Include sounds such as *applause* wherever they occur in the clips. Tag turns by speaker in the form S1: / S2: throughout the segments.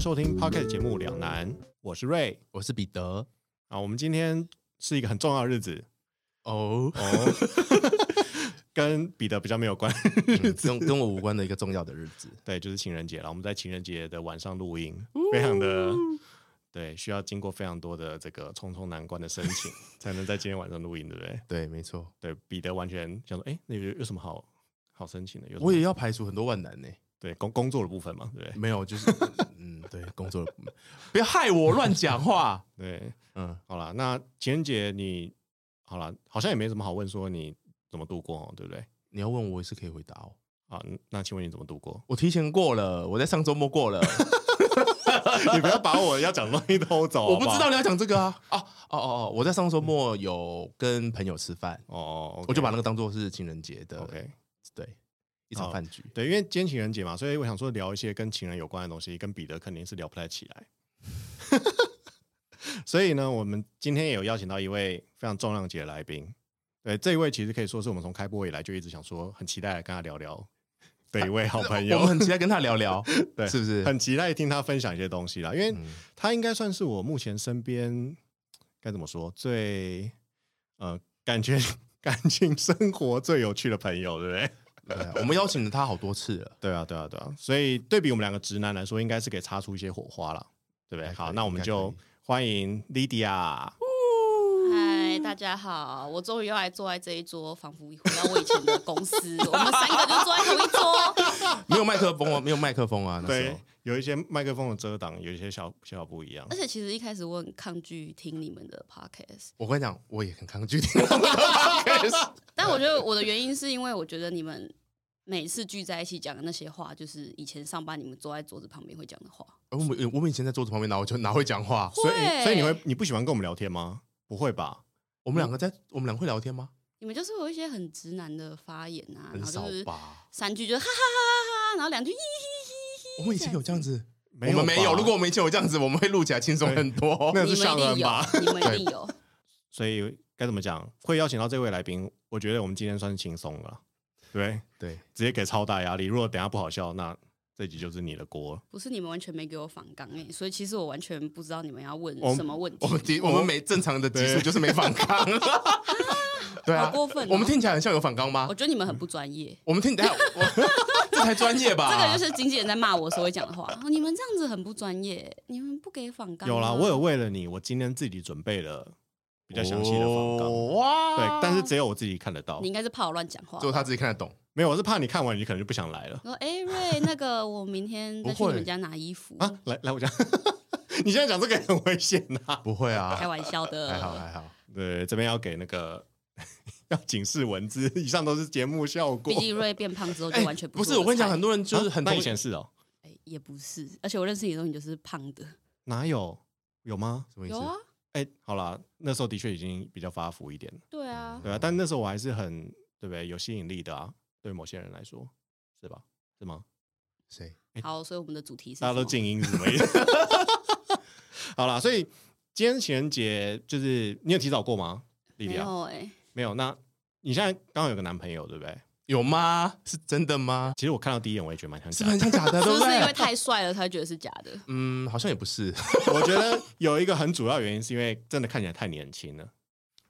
S1: 收听 Pocket 节目《两难》，我是瑞
S2: 我是彼得。
S1: 啊。我们今天是一个很重要的日子
S2: 哦， *laughs*
S1: 哦，跟彼得比较没有关， *laughs*
S2: *laughs* 嗯跟跟我无关的一个重要的日子，
S1: 对，就是情人节了。我们在情人节的晚上录音，非常的对，需要经过非常多的这个重重难关的申
S2: *laughs*
S1: 请，才能在今天晚上录音，对不对？
S2: 对，没错，
S1: 对，彼得完全想说，哎，那有有什么好好申请的？有什么
S2: 我也要排除很多万难呢、
S1: 对工工作的部分嘛，对不对？
S2: *laughs* 没有，就是 *laughs* 嗯，对，工作的，不要害我乱讲话。
S1: 对，
S2: *laughs* 嗯，
S1: 好啦，那情人节你好啦，好像也没什么好问，说你怎么度过哦，对不对？
S2: 你要问我也是可以回答哦。？
S1: 啊，那请问你怎么度过
S2: *laughs* 我提前过了，我在上周末过了，
S1: 你不要把我要讲的东西偷走
S2: 我不知道
S1: 你
S2: 你要讲这 *laughs* 个啊啊哦哦哦，我在上周末有跟朋友吃饭，
S1: 哦，OK，
S2: 我就把那个当做是情人节的
S1: OK
S2: 对一场
S1: 好
S2: 饭局。
S1: 对，因为今天情人节嘛，所以我想说聊一些跟情人有关的东西，跟彼得肯定是聊不太起来。 *laughs* 所以呢，我们今天也有邀请到一位非常重量级的来宾。对，这一位其实可以说是我们从开播以来就一直想说，很期待来跟他聊聊的一位好朋友。
S2: 我们很期待跟他聊 *laughs* 聊，
S1: 对
S2: 是不是？
S1: 很期待听他分享一些东西啦，因为
S2: 嗯
S1: 他应该算是我目前身边该怎么说最呃感觉感情生活最有趣的朋友，对不对？
S2: 对啊我们邀请了他好多次了。
S1: 对啊，对啊，对啊，所以对比我们两个直男来说，应该是可以擦出一些火花啦，对不对？
S2: 还可以
S1: 好，那我们
S2: 应该
S1: 就
S2: 可以
S1: 欢迎 Lydia。
S3: 嗨，大家好！我终于要来坐在这一桌，仿佛回到我以前的公司。我们三个就坐在同一桌， *laughs*
S2: 没有麦克风啊，没有麦克风啊，那时
S1: 对
S2: 候，
S1: 有一些麦克风的遮挡，有一些小小不一样
S3: 而。且其实一开始我很抗拒听你们的 podcast，
S2: 我跟你讲，我也很抗拒 *laughs* 听他们的 podcast
S3: 但我觉得我的原因是因为我觉得你们每次聚在一起讲的那些话，就是以前上班你们坐在桌子旁边会讲的话。
S2: 我们我们以前在桌子旁边，然后我就哪会讲话？
S1: 所以，
S3: 会
S1: 所以你会你不喜欢跟我们聊天吗？不会吧？
S2: 我们两个在，我们两个会聊天吗？
S3: 你们就是有一些很直男的发言啊，然
S2: 很
S3: 后
S2: 少
S3: 就是
S2: 吧。
S3: 三句就是哈哈哈哈哈，然后两句咦
S2: 我们以前有这样子，
S1: 没
S2: 我们没有。
S1: 吧
S2: 如果我们以前有这样子，我们会录起来轻松很多。
S1: 那
S3: 你
S1: 是
S3: 们
S1: 上
S3: 一定
S1: 恩
S3: 有
S1: 吧？，
S3: 你们一定有。
S1: 所以该怎么讲？会邀请到这位来宾，我觉得我们今天算是轻松了，对，
S2: 对，
S1: 直接给超大压力。如果等一下不好笑，那这集就是你的锅。
S3: 不是你们完全没给我反纲哎、所以其实我完全不知道你们要问
S1: 我们
S3: 什么问题
S2: 我。们的我们每正常的集数
S1: 对
S2: 就是没反抗。对啊
S3: 好，过分哦
S2: 我们听起来很像有反抗吗
S3: 我？觉得你们很不专业，
S2: 我们听，等一下我 *laughs* 这才专业吧？
S3: 这个就是经纪人在骂我时候会讲的话。哦你们这样子很不专业，你们不给反纲啊。
S1: 有啦，我有为了你，我今天自己准备了比较详细的访纲，
S2: 哦哇，
S1: 对，但是只有我自己看得
S2: 哦
S1: 到
S3: 你。应该是怕我乱讲话
S2: 只。有他自己看得懂。
S1: 没有，我是怕你看完你可能就不想来了
S3: 我说：“哎、瑞，那个我明天再去
S2: 不会
S3: 你们家拿衣服。
S1: 啊！来来我家， *laughs* 你现在讲这个也很危险呐、
S2: 不会啊，
S3: 开玩笑的，
S2: 还好还好。
S1: 对，这边要给那个 *laughs* 要警示文字，以上都是节目效果
S3: 毕。竟瑞变胖之后就完全
S2: 哎不
S3: 是
S2: 是，
S3: 我
S2: 我跟你讲，
S3: 的菜
S2: 很多人就是
S1: 啊
S2: 很
S1: 那
S2: 多
S1: 以前是哦，
S3: 哎也不是，而且我认识你的时候你就是胖的，
S1: 哪有有吗？
S2: 什么意思
S3: 有？啊，
S1: 哎、好啦，那时候的确已经比较发福一点了，
S3: 对啊，
S2: 嗯
S1: 对啊，但那时候我还是很对不对？有吸引力的啊，对某些人来说，是吧？是吗？
S2: 谁？
S3: 好，所以我们的主题是
S1: 大家都
S3: 什么
S1: 静音是什么意思？ *laughs* 好啦，所以今天情人节就是你有提早过吗？莉
S3: 没
S1: 迪亚
S3: 有哎、
S1: 没有。那你现在刚好有个男朋友对不对？
S2: 有吗？是真的吗？
S1: 其实我看到第一眼我也觉得蛮像
S2: 是
S1: 假的
S2: 不是很像假的，
S3: *laughs* 是
S2: 对
S3: 不是因为
S2: 对？
S3: 太帅了才觉得是假的？
S2: 嗯，好像也不是。
S1: 我觉得有一个很主要原因是因为真的看起来太年轻了。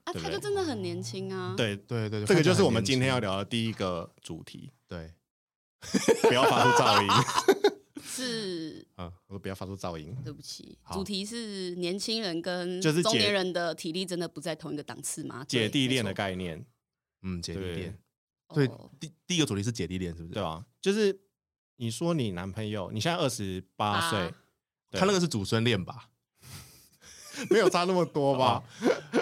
S3: 啊，
S1: 对不
S3: 他
S1: 对
S3: 就真的很年轻啊。
S1: 对，
S2: *laughs* 对对对，
S1: 这个就是我们
S2: 看起
S1: 今
S2: 来
S1: 天要
S2: 很年
S1: 聊的第一个主题，
S2: 轻。
S1: 不要发出噪音。 *laughs*
S3: 是
S1: 我说不要发出噪音。
S3: 对不起，
S2: 好
S3: 主题是年轻人跟
S1: 就是姐
S3: 中年人的体力真的不在同一个档次吗？
S1: 姐
S3: 对
S1: 弟恋的
S3: 没
S1: 概念，
S2: 对，嗯，姐弟
S1: 对
S2: 恋。
S3: 错
S2: 对
S3: 哦，
S2: 第第一个主题是姐弟恋，是不是？
S1: 对吧？就是你说你男朋友，你现在二十八
S3: 八
S1: 岁，对
S2: 他那个是祖孙恋吧？
S1: 没有差那么多 *laughs* 吧？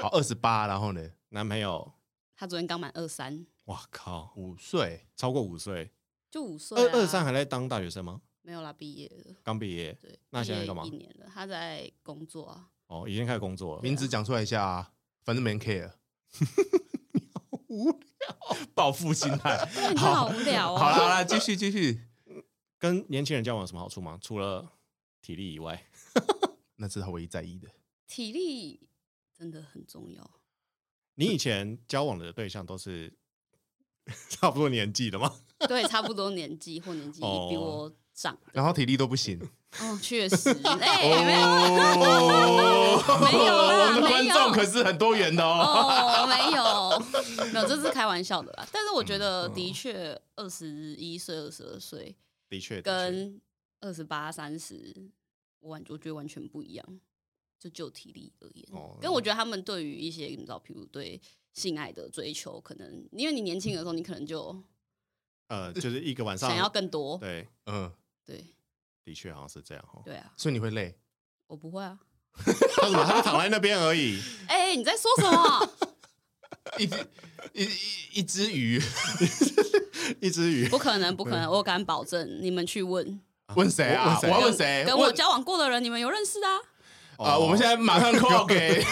S2: 好，二十八，然后呢，
S1: 哦男朋友，
S3: 他昨天刚满二三，
S1: 哇靠，
S2: 五岁，
S1: 超过五岁，
S3: 就五岁、
S1: 二
S3: 啊，
S1: 二三还在当大学生吗？
S3: 没有啦，毕业了。
S1: 刚毕业
S3: 对，
S1: 那
S3: 毕
S1: 现在
S3: 业
S1: 干嘛
S3: 一年了，他在工作啊。
S1: 哦，已经开始工作了。
S2: 名字讲出来一下啊，反正没人 care。无聊，报复心态。
S3: 那你真的好无聊
S2: 好
S3: 哦。
S2: 啦好啦，继续继续。
S1: 跟年轻人交往有什么好处吗？除了体力以外，
S2: 那是他唯一在意的。
S3: 体力真的很重要。
S1: 你以前交往的对象都是 *laughs* 差不多年纪的吗？ *laughs*
S3: 对，差不多年纪或年纪比
S1: 哦
S3: 我
S1: *laughs*
S3: 障。
S2: 然后体力都不行。
S3: 嗯，确实， *laughs* 哎、没有
S2: 哦，
S3: *laughs* 没有
S2: *laughs*
S3: 啦
S2: 我们的观
S3: 没有
S2: 众可是很多元的哦。
S3: 哦，没有，没有，这是开玩笑的啦。但是我
S1: 嗯
S3: 觉得，的确，二十一岁、二十二岁
S1: 的确，的确
S3: 跟二十八、三十，我完我觉得完全不一样。就就体力而言，
S1: 哦
S3: 因为我觉得他们对于一些你知道，譬如对性爱的追求，可能因为你年轻的时候，你可能就
S1: 呃，就是一个晚上
S3: 想要更多，
S1: 对，
S2: 嗯，
S3: 对
S1: 的确好像是这样哦。
S3: 对啊，
S2: 所以你会累。
S3: 我不会啊。
S1: 他怎么他就躺在那边而已？
S3: 哎、你在说什么？ *laughs*
S2: *laughs* 一只一一一只鱼，
S1: 一只鱼
S3: 不可能，不可能，我敢保证，你们去问。
S2: 问谁啊？我
S1: 问
S2: 要
S1: 谁
S2: 问谁？
S3: 跟我
S2: 问
S3: 交往过的人，你们有认识的
S2: *laughs*
S3: 啊？
S1: 哦
S2: 啊！我们现在
S1: *laughs*
S2: 马上 call 给，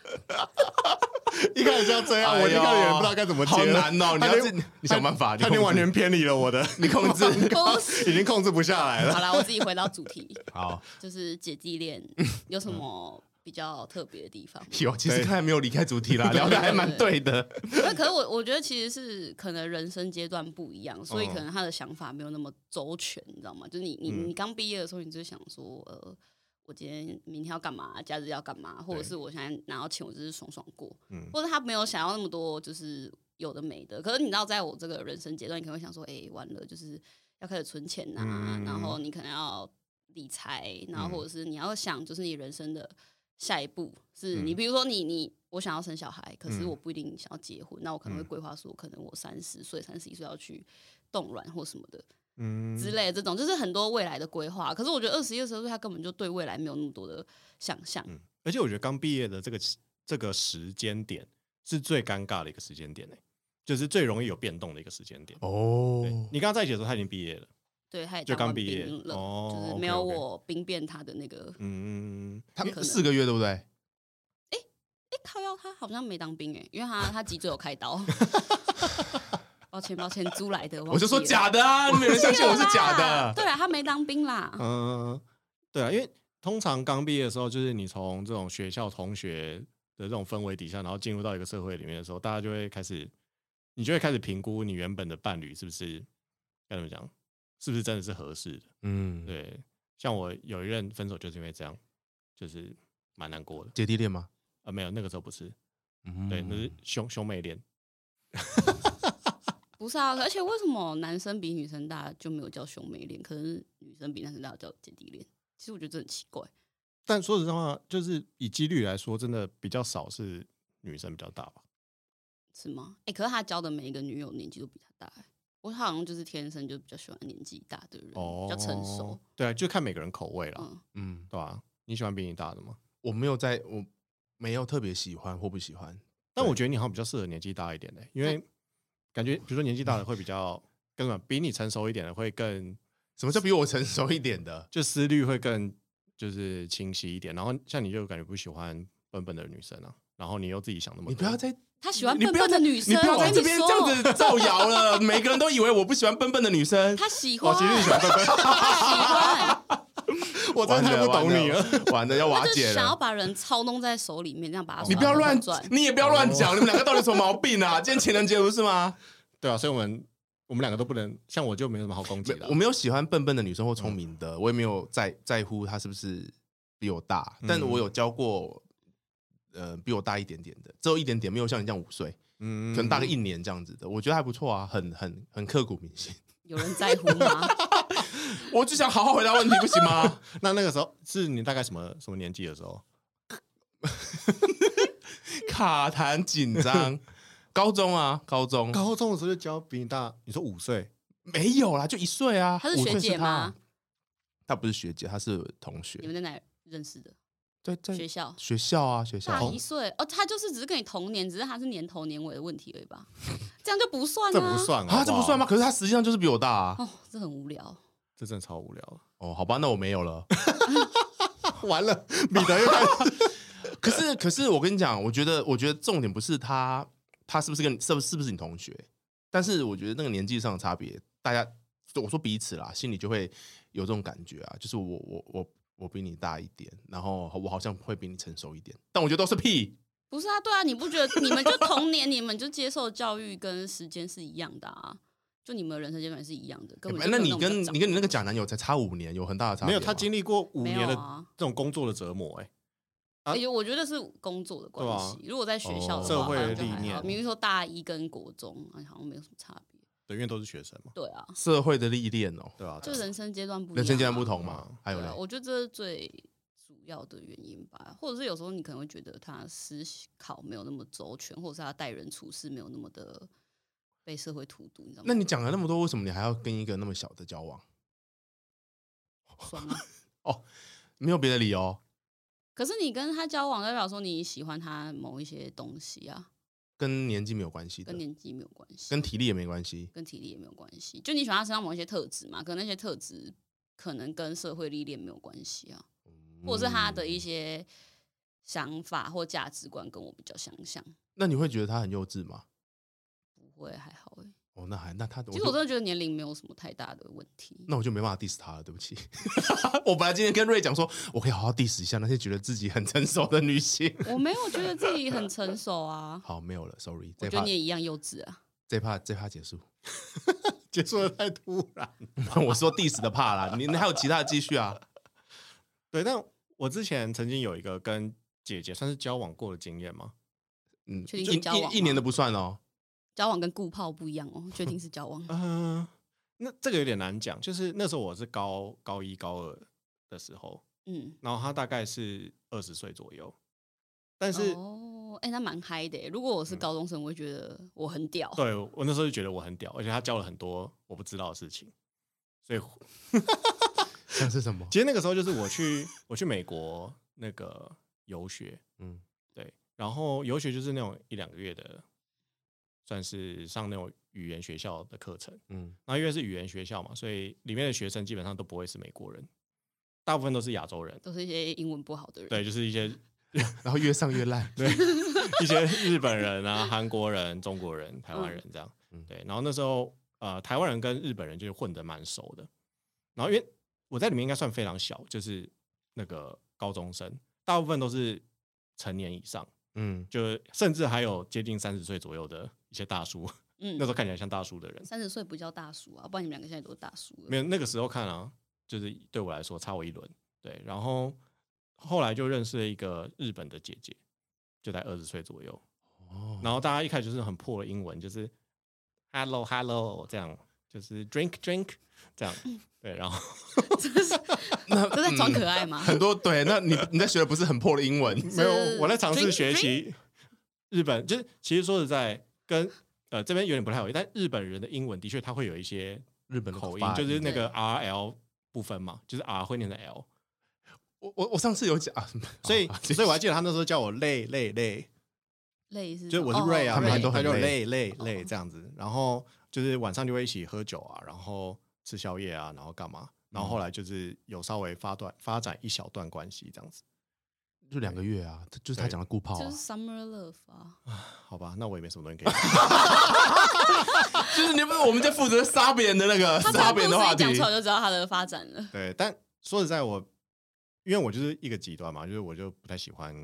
S1: *laughs* 一开始就要这样，
S2: 哎呦
S1: 我一开始也不知道该怎么接
S2: 好
S1: 了， *laughs*
S2: 难哦！你
S1: 他
S2: 要
S1: 连
S2: 是你想办法，
S1: 他已经完全偏离了我 *laughs* 的，
S2: 你控制你控制
S3: 不是。
S1: 已经控制不下来了。
S3: 好啦，我自己回到主题，
S2: 好。
S3: 就是姐
S2: *laughs*
S3: 弟恋有什么比较特别的地方？
S2: 有，其实
S1: 对
S2: 刚才没有离开主题
S1: *laughs*
S2: 啦，聊的还蛮对的。
S3: 那可是我我觉得其实是可能人生阶段不一样，所以可能他的想法没有那么周全，你知道吗？就是你你
S1: 嗯
S3: 你刚毕业的时候，你就想说，呃，我今天明天要干嘛，假日要干嘛，或者是我现在拿到钱，我就是爽爽过，
S1: 嗯
S3: 或者他没有想要那么多，就是有的没的。可是你知道，在我这个人生阶段，你可能会想说，哎、完了，就是要开始存钱呐、啊
S1: 嗯
S3: 然后你可能要理财，然后或者是你要想，就是你人生的下一步是你，
S1: 嗯
S3: 比如说你你我想要生小孩，可是
S1: 嗯
S3: 我不一定想要结婚，那我可能会规划说，可能我三十岁、三十一岁要去冻卵或什么的
S1: 嗯
S3: 之类的，这种就是很多未来的规划。可是我觉得二十一、二十岁，他根本就对未来没有那么多的想象。
S1: 嗯，而且我觉得刚毕业的这个这个时间点是最尴尬的一个时间点呢、就是最容易有变动的一个时间点。
S2: 哦
S1: 对，你跟他在一起的时候，他已经毕业了。
S3: 对，他也
S1: 就
S3: 当完
S1: 刚毕业
S3: 兵了，
S1: 哦
S3: 就是
S1: OK，
S3: 没有
S1: OK
S3: 我兵变他的那个。
S1: 嗯，
S2: 他
S3: 可能
S2: 四个月对不对？
S3: 哎、靠腰他好像没当兵哎、因为他他脊椎有开
S2: *laughs*
S3: 刀。抱歉抱歉，租来的，忘
S2: 我就说
S3: 记了
S2: 假的啊，你没有人相信我是假
S3: 对啦
S2: 的。
S3: 对啊，他没当兵啦。
S1: 嗯，对啊，因为通常刚毕业的时候，就是你从这种学校同学的这种氛围底下，然后进入到一个社会里面的时候，大家就会开始，你就会开始评估你原本的伴侣是不是该怎么讲，是不是真的是合适的。
S2: 嗯，
S1: 对，像我有一任分手就是因为这样，就是蛮难过的。
S2: 姐弟恋吗？
S1: 呃，没有，那个时候不是，
S2: 嗯
S1: 对，那是兄兄妹恋。
S3: 不是啊，而且为什么男生比女生大就没有叫兄妹恋，可是女生比男生大叫姐弟恋？其实我觉得这很奇怪。
S1: 但说实话，就是以几率来说，真的比较少是女生比较大吧。
S3: 是吗？哎、可是他交的每一个女友年纪都比他大、欸，我好像就是天生就比较喜欢年纪大的人，
S1: 哦，
S3: 比较成熟。。
S1: 对啊，就看每个人口味啦，
S3: 嗯，
S2: 嗯，
S1: 对吧、你喜欢比你大的吗？
S2: 我没有在，我没有特别喜欢或不喜欢。
S1: 但我
S2: 对
S1: 觉得你好像比较适合年纪大一点的、因为感觉比如说年纪大的会比较跟什么，比你成熟一点的会更
S2: 什么叫比我成熟一点的？
S1: 就思虑会更就是清晰一点。然后像你就感觉不喜欢笨笨的女生啊，然后你又自己想那么多，
S2: 你不要再
S3: 他喜欢
S2: 你
S3: 笨
S2: 不要
S3: 笨的
S2: 在
S3: 女生，
S2: 你不要
S3: 我
S2: 在
S3: 跟
S2: 这边
S3: 说
S2: 这样子造谣
S3: *laughs*
S2: 了。每个人都以为我不喜欢笨笨的女生，
S3: 他喜欢，
S2: 哦
S1: 我其实喜欢笨笨，
S3: 他喜欢，
S1: 我真的太不懂你了。
S2: 完 *laughs* 了，完了要瓦
S3: 他就
S2: 解
S3: 想要
S2: 了。哦
S3: 把人操弄在手里面，这样把他
S2: 你不要乱 *laughs*
S3: 转，。
S2: 你也不要乱讲，你们两个到底有什么毛病啊？今天情人节不是吗？
S1: 对啊，所以我们我们两个都不能，像我就没有什么好攻击
S2: *laughs* 没
S1: 的啊。
S2: 我没有喜欢笨笨的女生或聪明的，我也没有在在乎她是不是比我大，但
S1: 嗯
S2: 我有教过，呃，比我大一点点的，只有一点点，没有像你这样五岁，
S1: 嗯
S2: 可能大个一年这样子的，我觉得还不错啊，很很很刻骨铭心。
S3: 有人在乎吗？
S2: 我就想好好回答问题，不行吗？
S1: 那那个时候是你大概什么什么年纪的时候？
S2: 卡痰紧 *laughs* 张，高中啊，高中
S1: 高中的时候就教比你大，你说五岁，
S2: 没有啦，就一岁啊，
S3: 她是
S2: 五岁
S3: 学姐
S2: 她啊
S3: 吗？
S2: 她不是学姐，她是同学
S3: 你，们在哪认识的？
S2: 在在
S3: 学校。
S2: 学校啊，学校
S3: 大一岁哦，他就是只是跟你同年，只是他是年头年尾的问题而已
S2: *laughs*
S3: 吧，这样就不算
S1: 这
S3: 啊，
S1: 不算
S2: 啊，这不算
S1: 吗？
S2: 吗？可是她实际上就是比我大啊。
S3: 哦，这很无聊。
S1: 这真的超无聊了。
S2: 哦，好吧，那我没有了。
S1: 啊完了，彼得又开始。
S2: 可是，可是我跟你讲，我觉得，我觉得重点不是他，他是不是跟你是不是是不是你同学，但是我觉得那个年纪上的差别，大家我说彼此啦，心里就会有这种感觉啊，就是我我我我比你大一点，然后我好像会比你成熟一点，但我觉得都是屁。*laughs*
S3: 不是啊，对啊，你不觉得你们就童年，你们就接受教育跟时间是一样的啊？就你们人生阶段是一样的，根本
S2: 哎
S3: 就
S2: 那
S3: 没
S2: 你
S3: 有
S2: 跟
S3: 么
S2: 你跟你那个假男友才差五年，有很大的差
S1: 没
S2: 别吗。
S1: 有，他经历过五
S3: 没
S1: 年
S3: 有
S1: 的
S3: 啊，
S1: 这种工作的折磨、欸，啊
S3: 而且我觉得是工作的关
S1: 对啊
S3: 系。如果在学校的
S2: 哦社
S3: 话
S2: 会
S3: 好像就
S1: 历
S3: 还好
S1: 练
S3: 比如说大一跟国中，哎好像没有什么差别。
S1: 对，因为都是学生嘛，
S3: 对啊，
S2: 社会的历练哦，
S1: 对吧、啊？
S3: 就人生阶段不一样啊
S2: 人生阶段不同嘛
S1: 嗯。
S2: 还有
S3: 对
S2: 嘞
S3: 啊，，我觉得这是最主要的原因吧，或者是有时候你可能会觉得他思考没有那么周全，或者是他待人处事没有那么的被社会荼毒，你知道吗？
S2: 那你讲了那么多，为什么你还要跟一个那么小的交往？
S3: 爽啊！
S2: 没有别的理由，
S3: 可是你跟他交往，代表说你喜欢他某一些东西啊，
S2: 跟年纪没有关系的
S3: 跟，年纪没有关系，
S2: 跟体力也没关系。
S3: 跟体力也没有关系。就你喜欢他身上某一些特质嘛，可能那些特质可能跟社会历练没有关系啊，或者是他的一
S2: 嗯，
S3: 些想法或价值观跟我比较相像，
S2: 那你会觉得他很幼稚吗？
S3: 不会还好哎、
S2: 哦，那还那他，
S3: 其实我
S2: 就
S3: 真的觉得年龄没有什么太大的问
S1: *laughs*
S3: 题。
S2: 那我就没办法 diss 他了，对不起。 *laughs* 我本来今天跟瑞讲说，我可以好好 diss 一下那些觉得自己很成熟的女性。，
S3: 我没有觉得自己很成熟啊
S2: 好，没有了，sorry，
S3: 我
S2: 这
S3: 觉得
S2: 趴
S3: 你也一样幼稚啊。
S2: 这趴这趴结束。
S1: *laughs*
S2: *laughs*
S1: 结束的太突然。
S2: 我说 diss 的怕啦，你你还有其他的继续啊？
S1: 对，但我之前曾经有一个跟姐姐算是交往过的经验嘛，。
S2: 嗯，
S3: 确
S2: 一
S3: 定是交往吗
S2: 一一年的不算哦。
S3: 交往跟顾炮不一样哦，决定是交往
S1: 嗯、那这个有点难讲，就是那时候我是高高一高二的时候，
S3: 嗯，
S1: 然后她大概是二十岁左右， *laughs* 但是、嗯
S3: 哦，哎、那蛮嗨的耶。如果我是高中生，我会觉得我很屌。
S1: 对我那时候就觉得我很屌，而且她教了很多我不知道的事情，所以
S2: *laughs* 像是什么？
S1: 其实那个时候就是我去我去美国那个游学，
S2: 嗯，
S1: 对，然后游学就是那种一两个月的，算是上那种语言学校的课程。
S2: 嗯，
S1: 然后因为是语言学校嘛，所以里面的学生基本上都不会是美国人，大部分都是亚洲人。
S3: 都是一些英文不好的人。
S1: 对，就是一些
S2: *laughs* 然后越上越烂。 *laughs* 对，
S1: *laughs* 一些日本人啊、韩国人、中国人、台湾人这样
S2: 嗯。
S1: 对，然后那时候呃，台湾人跟日本人就是混得蛮熟的。然后因为我在里面应该算非常小，就是那个高中生，大部分都是成年以上，
S2: 嗯，
S1: 就甚至还有接近三十岁左右的一些大叔， *laughs* 那时
S3: 嗯，
S1: 候看起来像大叔的人。
S3: 三十岁不叫大叔啊，不然你们两个现在都是大叔
S2: 嗯
S3: 了。
S1: 没
S3: *laughs*
S1: 有那个时候看啊，就是对我来说差我一轮。对，然后后来就认识了一个日本的姐姐，就在二十岁左右。
S2: 哦，
S1: 然后大家一开始就是很破的英文，就是 hello hello 这样，就是 drink drink 这样。对，然后 *laughs*
S2: 那
S3: *laughs* 都在装可
S1: 嗯
S3: 爱吗？
S2: 很多对，那你你在学的不是很破的英文，
S1: 没有我在尝试
S3: drink-
S1: 学习日本，就是其实说实在跟。呃，这边有点不太好，但日本人的英文的确他会有一些
S2: *laughs* 日本的
S1: 口音
S2: 发，
S1: 就是那
S3: 对
S1: 个 R L 部分嘛，就是 R 会念成 L，
S2: 我我我上次有讲，啊
S1: 所以
S2: 好，好
S1: 所以我还记得他那时候叫我累累累，
S3: 类似哦
S1: 就是我是 Ray 啊，
S2: 他们
S1: 他
S2: 都
S1: 他
S2: 很
S1: 就
S2: 累
S1: 累累累这样子，然后就是晚上就会一起喝酒啊，然后吃宵夜啊，然后干嘛，然后后来就是有稍微发段发展一小段关系这样子，
S2: 就两个月啊，就是他
S1: 对
S2: 讲的顾炮
S3: 就
S2: 啊
S3: 是，summer love
S1: *laughs*
S3: 啊，
S1: 好吧，那我也没什么东西可以讲，
S2: 就是你们我们在负责杀别人的那个
S3: 他
S2: 杀
S3: 把
S2: 别人
S3: 故事
S2: 的话
S3: 一
S2: 题
S3: 讲，出来就知道他的发展了。
S1: 对，但说实在我，因为我就是一个极端嘛，就是我就不太喜欢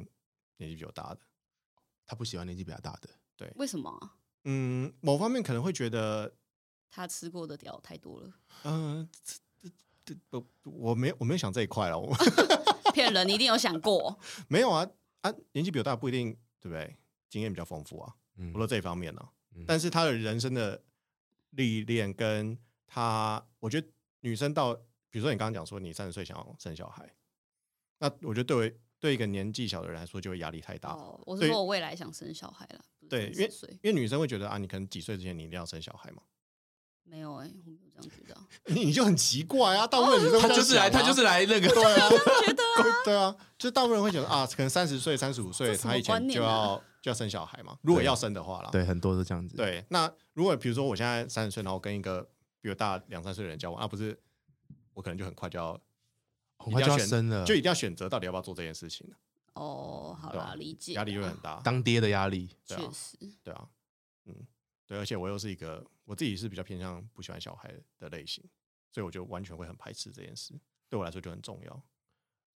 S1: 年纪比较大的，
S2: 他不喜欢年纪比较大的，
S3: 为什么啊
S1: 嗯，某方面可能会觉得，
S3: 他吃过的屌太多了？
S1: 嗯、这这这不，我没有我没有想这一块啊了，我 *laughs*
S3: 骗人，你一定有想过。
S1: 没有啊啊，年纪比我大不一定对不对？经验比较丰富啊，
S2: 嗯
S1: 我说这一方面呢、
S2: 嗯
S1: 但是他的人生的历练跟他，我觉得女生到，比如说你刚刚讲说你三十岁想要生小孩，那我觉得对我对一个年纪小的人来说就会压力太大，
S3: 哦，我是
S1: 对
S3: 说我未来想生小孩了。不是
S1: 对
S3: 30
S1: 因为
S3: 岁
S1: 因为女生会觉得啊，你可能几岁之前你一定要生小孩嘛，
S3: 没有哎、我没有这样觉得啊、
S1: 你你就很奇怪啊，大部
S3: 哦
S1: 分女生会
S2: 他就是来
S1: 这样想
S2: 他
S1: 啊
S2: 就是来那个
S1: 对
S3: *laughs*
S1: 啊，对啊，就大部分人会觉得啊，可能三十岁、三十五岁，
S3: 这什么
S1: 他以前
S3: 观念
S1: 就
S3: 啊
S1: 要就要生小孩嘛，如果要生的话啦，
S2: 啊对，很多都这样子，，
S1: 对，那如果比如说我现在三十岁，然后跟一个比我大两三岁的人交往，啊，不是我可能就很快就要，
S2: 很快就
S1: 一定
S2: 要
S1: 选
S2: 生了，
S1: 就一定要选择到底要不要做这件事情了
S3: 哦，好
S1: 对
S3: 啦，
S1: 啊
S3: 理解啦。
S1: 压力就会很大。
S2: 当爹的压力，
S1: 对啊
S3: 确实，
S1: 对啊，嗯，对，而且我又是一个我自己是比较偏向不喜欢小孩的类型，所以我就完全会很排斥这件事，对我来说就很重要。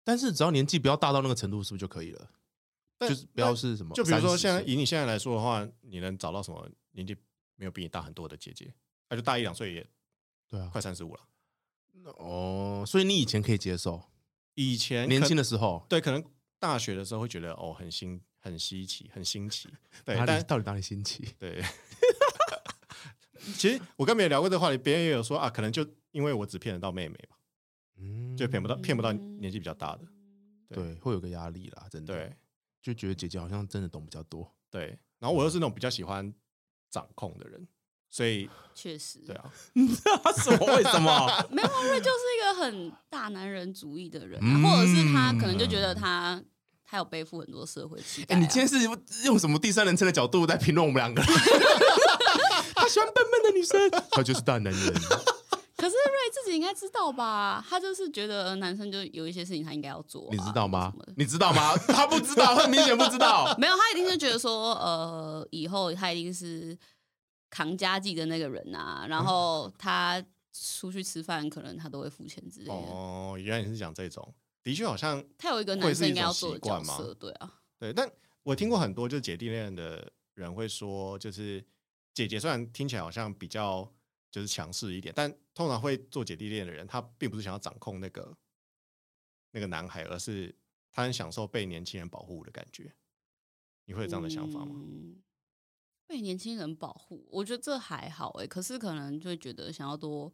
S2: 但是只要年纪不要大到那个程度，是不是就可以了？
S1: 但
S2: 就是不要
S1: 但
S2: 是什么，
S1: 就比如说
S2: 30
S1: 现在
S2: 岁
S1: 以你现在来说的话，你能找到什么年纪没有比你大很多的姐姐？他就大一两岁也
S2: 对啊
S1: 快，三十五了。
S2: 哦，所以你以前可以接受，
S1: 以前
S2: 年
S1: 可
S2: 轻的时候，
S1: 对，可能大学的时候会觉得哦，很新、很稀奇、很新
S3: *laughs*
S1: 奇。对，
S2: 哪里
S1: 但
S2: 到底哪里新奇？
S1: 对， *laughs* 其实我跟别人聊过这个话题，别人也有说啊，可能就因为我只骗得到妹妹吧，
S2: 嗯，
S1: 就骗不到骗不到
S3: 嗯
S1: 年纪比较大的。
S2: 对，会有个压力啦，真的，
S1: 对，
S2: 就觉得姐姐好像真的懂比较多，
S1: 对，然后我又是那种比较喜欢掌控的人，所以
S3: 确实，
S1: 对啊，
S2: *laughs* 什么？为什么？
S3: 没有啊瑞就是一个很大男人主义的人、啊，
S2: 嗯
S3: 或者是他可能就觉得他他有背负很多社会期待、
S2: 哎、
S3: 啊
S2: 你今天是用什么第三人称的角度在评论我们两 *laughs* 个？他喜欢笨笨的女生，他就是大男 *laughs* 人。
S3: 可是瑞自己应该知道吧？他就是觉得男生就有一些事情他应该要做啊、
S2: 你知道吗
S3: 什么的？
S2: 你知道吗？他不知道，他明显不知道。
S3: 没有，他一定就觉得说，呃，以后他一定是扛家计的那个人啊，然后他出去吃饭，可能他都会付钱之类的。
S1: 哦，原来你是讲这种，的确好像
S3: 他有一个
S1: 会
S3: 男
S1: 是一
S3: 生应该
S1: 种
S3: 要做的
S1: 习惯
S3: 角
S1: 吗
S3: 色，对啊，
S1: 对，但我
S2: 嗯
S1: 听过很多就是姐弟恋的人会说，就是姐姐虽然听起来好像比较就是强势一点，但通常会做姐弟恋的人，他并不是想要掌控那个那个男孩，而是他很享受被年轻人保护的感觉。你会有这样的想法吗？
S3: 嗯被年轻人保护，我觉得这还好哎、可是可能就会觉得想要多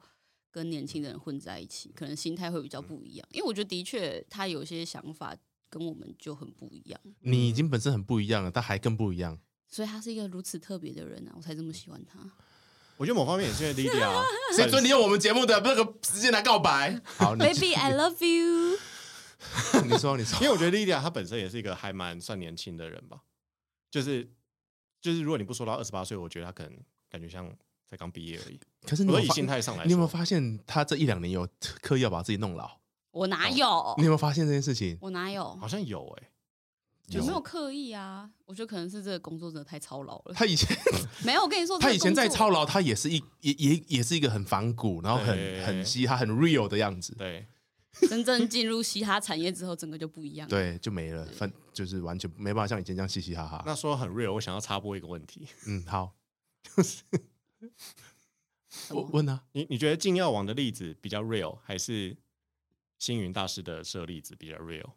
S3: 跟年轻的人混在一起，可能心态会比
S2: 嗯
S3: 较不一样。因为我觉得的确他有些想法跟我们就很不一样，
S2: 你已经本身很不一样了，他还更不一 *laughs* 样。
S3: 所以他是一个如此特别的人啊，我才这么喜欢他。
S1: 我觉得某方面也是因为 Lydia，啊
S2: 谁准你用我们节目的那个时间来告白？ *laughs* 好，你
S3: *laughs* Baby, I love you。 *laughs*
S2: *laughs* 你说，你说
S1: 因，为我觉得 Lydia 她本身也是一个还蛮算年轻的人吧，就是就是如果你不说到二十八岁，我觉得她可能感觉像才刚毕业而已。
S2: 可是
S1: 我
S2: 你
S1: 说
S2: 有
S1: 以
S2: 发
S1: 心态上来说，
S2: 你有没有发现他这一两年有刻意要把自己弄老？
S3: 我哪有
S2: 哦你？有没有哦发现这件事情？
S3: 我哪有
S1: 好？像有哎、
S3: 有没有刻意啊？我觉得可能是这个工作真的太操劳了。
S2: 他以前，
S3: 没有，我跟你说，
S2: 他以前在操
S3: 操，
S2: 劳，他也是一也也也是一个很反骨，然后很
S1: 对
S2: 很嘻哈、很 real 的样子。
S1: 对，
S3: 真正进入嘻哈产业之后，整个就不一样。，
S2: 对，就没了，反就是完全没办法像以前这样嘻嘻哈哈。
S1: 那说很 real，我想要插播一个问题，
S2: 嗯，好，
S3: 什
S2: 我
S3: 么
S2: 问啊，
S1: 你你觉得禁药王的例子比较 real，还是星云大师的设例子比较 real？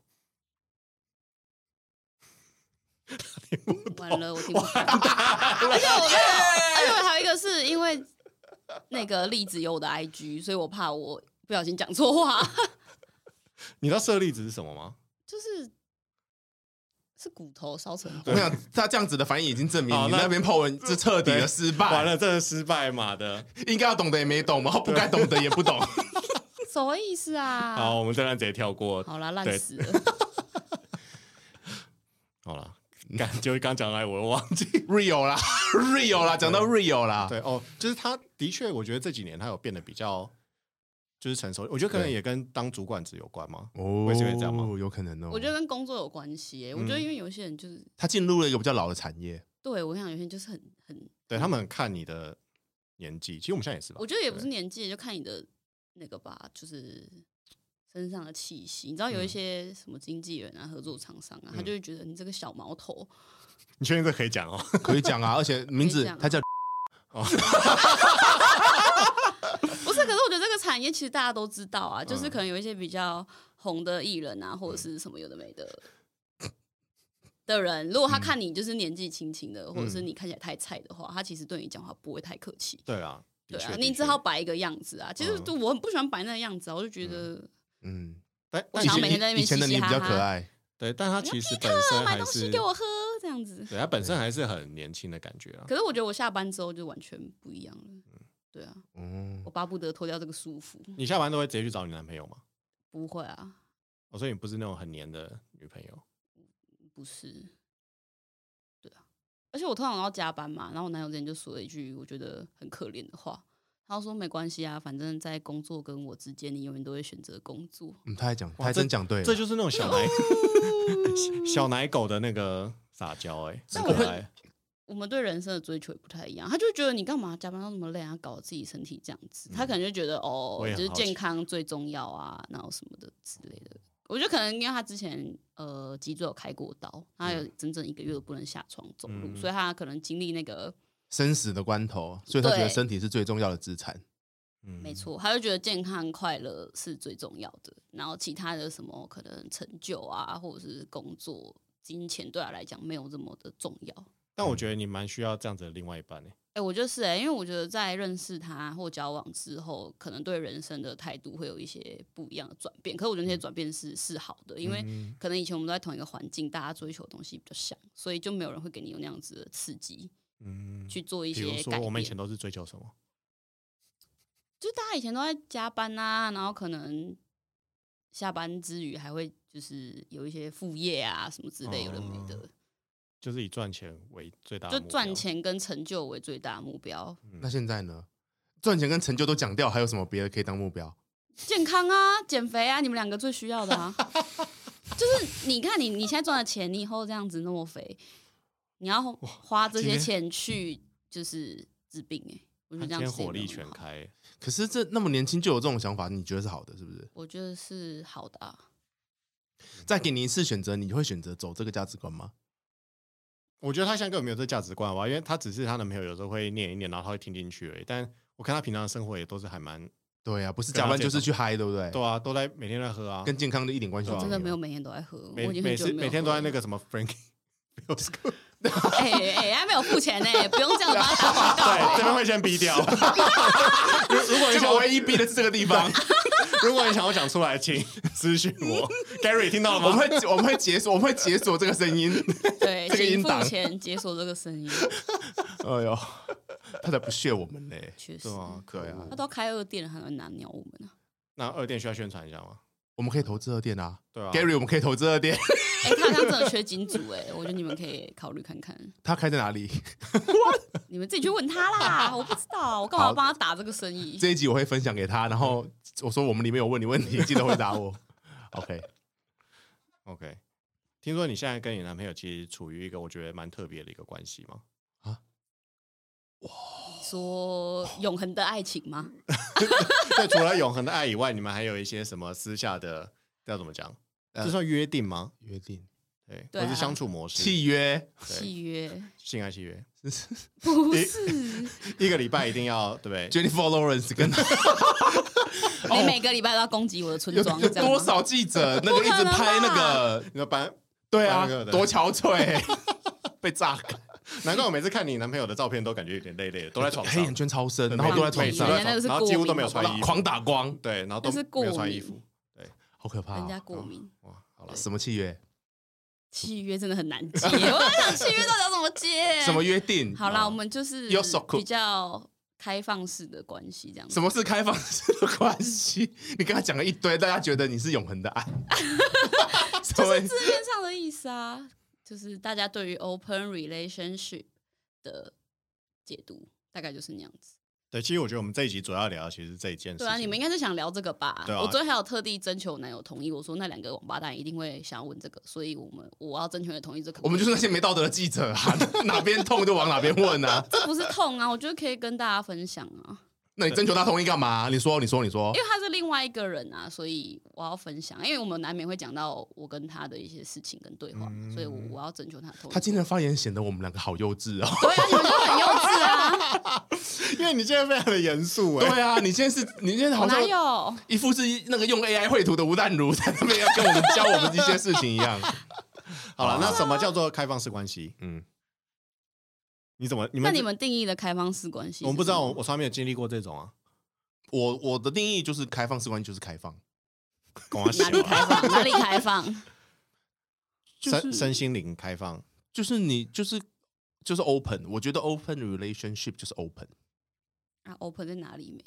S3: *laughs* 完了，我听不懂。而且我而且我还有一个是因为那个栗子有我的 IG，所以我怕我不小心讲错话，
S1: 你知道设例子是什么吗？
S3: *laughs* 就是是骨头烧成
S2: 我想他这样子的反应已经证明
S1: 好
S2: 你
S1: 那
S2: 那边 po
S3: *laughs*
S2: 文是彻底的失败，
S1: 完了，这是失败嘛的。
S2: 应该要懂得也没懂，然后不该懂得也
S3: *laughs*
S2: 不懂。
S3: 什么意思啊？
S1: 好，我们这段直接跳过。
S3: 好啦，烂
S1: 对
S3: 死了。
S1: 好了，感就刚讲来，我忘记。
S2: real 啦，real 啦，讲到 real 啦，
S1: 对哦，就是他的确，我觉得这几年他有变得比较就是成熟，我觉得可能
S2: 对
S1: 也跟当主管职有关吗？
S2: 哦
S1: 会是因为这样吗？
S2: 有可能哦。
S3: *laughs* 我觉得跟工作有关系耶、
S1: 嗯
S3: 我觉得因为有些人就是，
S2: 他进入了一个比较老的产业，
S3: 对我想有些人就是很很，
S1: 对他们很看你的年纪，其实我们现在也是吧
S3: 我。觉得也不是
S1: 对
S3: 年纪，就看你的那个吧，就是身上的气息。你知道有一些什么经纪人啊、合作厂商
S1: 嗯
S3: 啊，他就会觉得你这个小毛头，
S1: 你确定这可以讲哦？
S2: 可以
S3: *laughs*
S2: 讲啊，而且名字
S3: 可以讲啊
S2: 他叫
S3: 不是？可是我觉得这个产业其实大家都知道
S1: 嗯
S3: 啊，就是可能有一些比较红的艺人啊，或者是什么有的没的。的人，如果他看你就是年纪轻轻
S1: 嗯
S3: 的，或者是你看起来太菜的话，他其实对你讲话不会太客气。
S1: 对啊，的
S3: 对
S1: 确
S3: 啊，
S1: 的
S3: 你
S1: 确
S3: 只好摆一个样子啊。其实
S1: 嗯
S3: 就我很不喜欢摆那个样子啊，我就觉得
S2: 嗯，
S1: 但
S3: 我
S1: 但
S2: 以
S3: 想
S1: 其
S3: 要每
S1: 实
S3: 天在那
S2: 前以
S3: 边
S2: 前的
S3: 嘻
S2: 你
S3: 嘻哈
S2: 比
S3: 哈
S2: 较可爱，
S1: 对，但他其实本身
S3: 买
S1: 还
S3: 东西
S1: 是
S3: 给我喝这样子。
S1: 对他本身还是很年轻的感觉啊。
S3: 可是我觉得我下班之后就完全不一样了。对啊，
S2: 嗯
S3: 我，巴不得脱掉这个束缚。
S1: 你下班都会直接去找你男朋友吗？
S3: 不会啊，
S1: 我说你不是那种很黏的女朋友，
S3: 不是。对啊，而且我通常要加班嘛，然后我男友之前就说了一句我觉得很可怜的话，他说没关系啊，反正在工作跟我之间，你永远都会选择工作。
S2: 嗯，他还讲，他
S1: 哇
S2: 还真
S1: 这
S2: 讲对了，
S1: 这就是那种小奶 *laughs* 小奶狗的那个撒娇哎、
S3: 但
S1: 很可
S3: 哦我会
S1: 爱。
S3: 我们对人生的追求也不太一样，他就觉得你干嘛加班到那么累啊，搞自己身体这样子，他可能就觉得哦
S1: 嗯我也，
S3: 就
S1: 很
S3: 是
S1: 好奇哦
S3: 健康最重要啊，然后什么的之类的。我觉得可能因为他之前呃脊椎有开过刀，他有整整一个月都不能下床走路，
S1: 嗯
S3: 所以他可能经历那个
S2: 生死的关头，所以他觉得
S3: 对
S2: 身体是最重要的资产。
S1: 嗯
S3: 没，错，他就觉得健康快乐是最重要的，然后其他的什么可能成就啊，或者是工作、金钱，对他来讲没有这么的重要。
S1: 但我觉得你蛮需要这样子的另外一半诶、欸
S3: 哎、我觉得是哎、因为我觉得在认识他或交往之后，可能对人生的态度会有一些不一样的转变。可是我觉得那些转变是是好的，因为
S1: 嗯
S3: 可能以前我们都在同一个环境，大家追求的东西比较像，所以就没有人会给你有那样子的刺激
S1: 嗯，
S3: 去做一
S1: 比
S3: 些
S1: 如说
S3: 改
S1: 我们以
S3: 变。
S1: 前都是追求什么？
S3: 就大家以前都在加班啊，然后可能下班之余还会就是有一些副业啊什么之类，有的没的，
S1: 就是以赚钱为最哦大的
S3: 就
S1: 目标嗯
S3: 赚。钱跟成就为最大目标。
S2: 那现在呢？赚钱跟成就都讲掉，还有什么别的可以当目标？
S3: 健康啊，减肥啊，你们两个最需要
S1: *laughs*
S3: 的啊。就是你看你你现在赚的钱，你以后这样子那么肥，你要花这
S1: 今
S3: 些
S1: 天
S3: 钱去就是治病哎、我觉
S1: 他
S3: 得这
S1: 今
S3: 样
S1: 天
S3: 子也
S1: 火
S3: 没
S1: 力
S3: 有
S1: 全
S3: 很好，
S1: 开欸、
S2: 可是这那么年轻就有这种想法，你觉得是好的，是不是？
S3: 我觉得是好的、啊。
S2: 再给你一次选择，你会选择走这个价值观吗？
S1: 我觉得他现在根本没有这价值观吧，因为他只是他男朋友有时候会念一念，然后他会听进去而已。但我看他平常的生活也都是还蛮
S2: 对啊，不是
S1: 跟他
S2: 加班就
S1: 这
S2: 是
S1: 种
S2: 去嗨，对不对？
S1: 对啊，都在每天在喝啊，
S2: 跟健康的一点关系
S1: 对
S2: 都
S1: 啊
S3: 我真
S2: 没
S3: 的
S2: 有
S3: 没有每天都在喝，
S1: 每
S3: 我已经
S1: 每
S3: 很久
S1: 次
S3: 没有
S1: 每天
S3: 喝
S1: 都在
S3: 了
S1: 那个什么
S3: *laughs*
S1: Frank，
S3: 哎哎，还没有付钱呢，不用这样帮他打广
S1: 对， *laughs* 这
S3: 告。
S1: 边会先逼
S3: *laughs*
S1: 掉。如如果你
S2: 结
S1: 想
S2: 果唯一逼的是这个地方，
S1: 如果你想要讲出来，
S3: *laughs*
S1: 请咨询我。Gary 听到了
S2: 我们
S1: 吗？
S2: 会我们会解锁，我们会解锁这个声
S1: *laughs*
S2: 音。
S3: 对，
S2: 这个音
S3: 请付
S2: 档
S3: 钱解锁这个声音，
S2: 哎呦，他才不屑我们嘞！
S3: 确实
S1: 对，啊，可以啊。
S3: 他都开二店了，还能拿鸟我们啊？
S1: 那二店需要宣传一下吗？
S2: 我们可以投资二店啊
S1: 对啊
S2: ，Gary，我们可以投资二店。
S3: 哎，他好像真的缺金主哎，我觉得你们可以考虑看看，
S2: 他开在哪里？
S3: 你们自己去问他啦，我不知道，我干嘛帮他打这个生意？
S2: 这一集我会分享给他，然后我说我们里面有问你问题，记得回答我。OK，
S1: OK，听说你现在跟你男朋友其实处于一个我觉得蛮特别的一个关系嘛？
S3: 说永恒的爱情吗？
S1: *laughs* 对，除了永恒的爱以外，你们还有一些什么私下的要怎么讲？
S2: 呃
S1: 这算约定吗？
S2: 约定
S1: 对，
S3: 对
S1: 或
S3: 啊
S1: 是相处模式、
S2: 契约，
S1: 对
S3: 契约 *laughs*
S1: 性爱契约，
S3: 不是，
S1: 一个礼拜一定要对不对？
S2: Jennifer Lawrence 跟
S3: 你每个礼拜都要攻击我的村
S2: 哦有
S3: 庄，
S2: 有
S3: 这样
S2: 多
S3: 吗？
S2: 少记者那个一直拍那个，
S1: 你说班，
S2: 对啊
S1: 搬那个，的
S2: 多憔悴，被榨干，
S1: *laughs* 难怪我每次看你男朋友的照片都感觉有点累累的，都在床
S2: 黑
S1: 上
S2: 眼，圈超深，
S1: 对
S2: 然后都在床
S1: 每次都在
S2: 上
S3: 啊人家那个是
S1: 床然后几乎
S3: 过敏
S1: 都没有穿
S3: 好不
S1: 衣服，
S2: 狂打光，
S1: 对，然后都
S3: 那是
S1: 没有穿
S3: 过
S1: 衣
S3: 敏
S1: 服，
S2: 好可怕
S3: 人家
S2: 哦！
S3: 过敏，
S1: 哇，好了，
S2: 什么契约？
S3: 契约真的很难接，我在想契约到底要怎么接？
S2: 什么约定？
S3: 好啦，
S2: 哦
S3: 我们就是
S2: 有手库
S3: 比较开放式的关系这样子。
S2: 什么是开放式的关系？ *laughs* 你跟他讲了一堆，大家觉得你是永恒的
S3: *laughs*
S2: 爱，所以
S3: 字面上的意思啊，就是大家对于 open relationship 的解读，大概就是那样子。
S1: 对，其实我觉得我们这一集主要聊的其实是这一件事情。
S3: 对啊，你们应该是想聊这个吧？
S1: 对啊
S3: 我昨天还有特地征求我男友同意，我说那两个王八蛋一定会想要问这个，所以我们我要征求你的同意，这可不
S2: 我们就是那些没道德的记者啊， *laughs* 哪边痛就往哪边问啊。
S3: 这不是痛啊，我觉得可以跟大家分享啊，
S2: 那你征求他同意干嘛？你说，你说，你说
S3: 因，为他是另外一个人啊，所以我要分享，啊因为我们难免会讲到我跟他的一些事情跟对话，
S1: 嗯
S3: 所以我我要征求他的同意。
S2: 他今天的发言显得我们两个好幼稚哦。
S3: 对啊，你们都很幼稚啊。
S1: *laughs* 因为你现在非常的严肃哎，
S2: 对啊，你现在是，你现在好
S3: *laughs* 我
S2: 像
S3: 哪有？
S2: 一副是那个用 AI 绘图的吴淡如在那边要跟我们教我们一些事情一样。
S1: 好了，那什
S3: 啊
S1: 么叫做开放式关系？
S2: 嗯，
S1: 你怎么你
S3: 那
S1: 们
S3: 你们定义的开放式关系？
S1: 我们不知道，我，我从来没有经历过这种
S3: *laughs*
S1: 啊，
S2: *laughs* 我我的定义就是开放式关系就是开放，
S1: 公安
S3: 哪里开放？哪里开放？
S1: 身身心灵开放，
S2: 就是你就是就是 open，我觉得 open relationship 就是 open，
S3: 啊，open 在哪里没？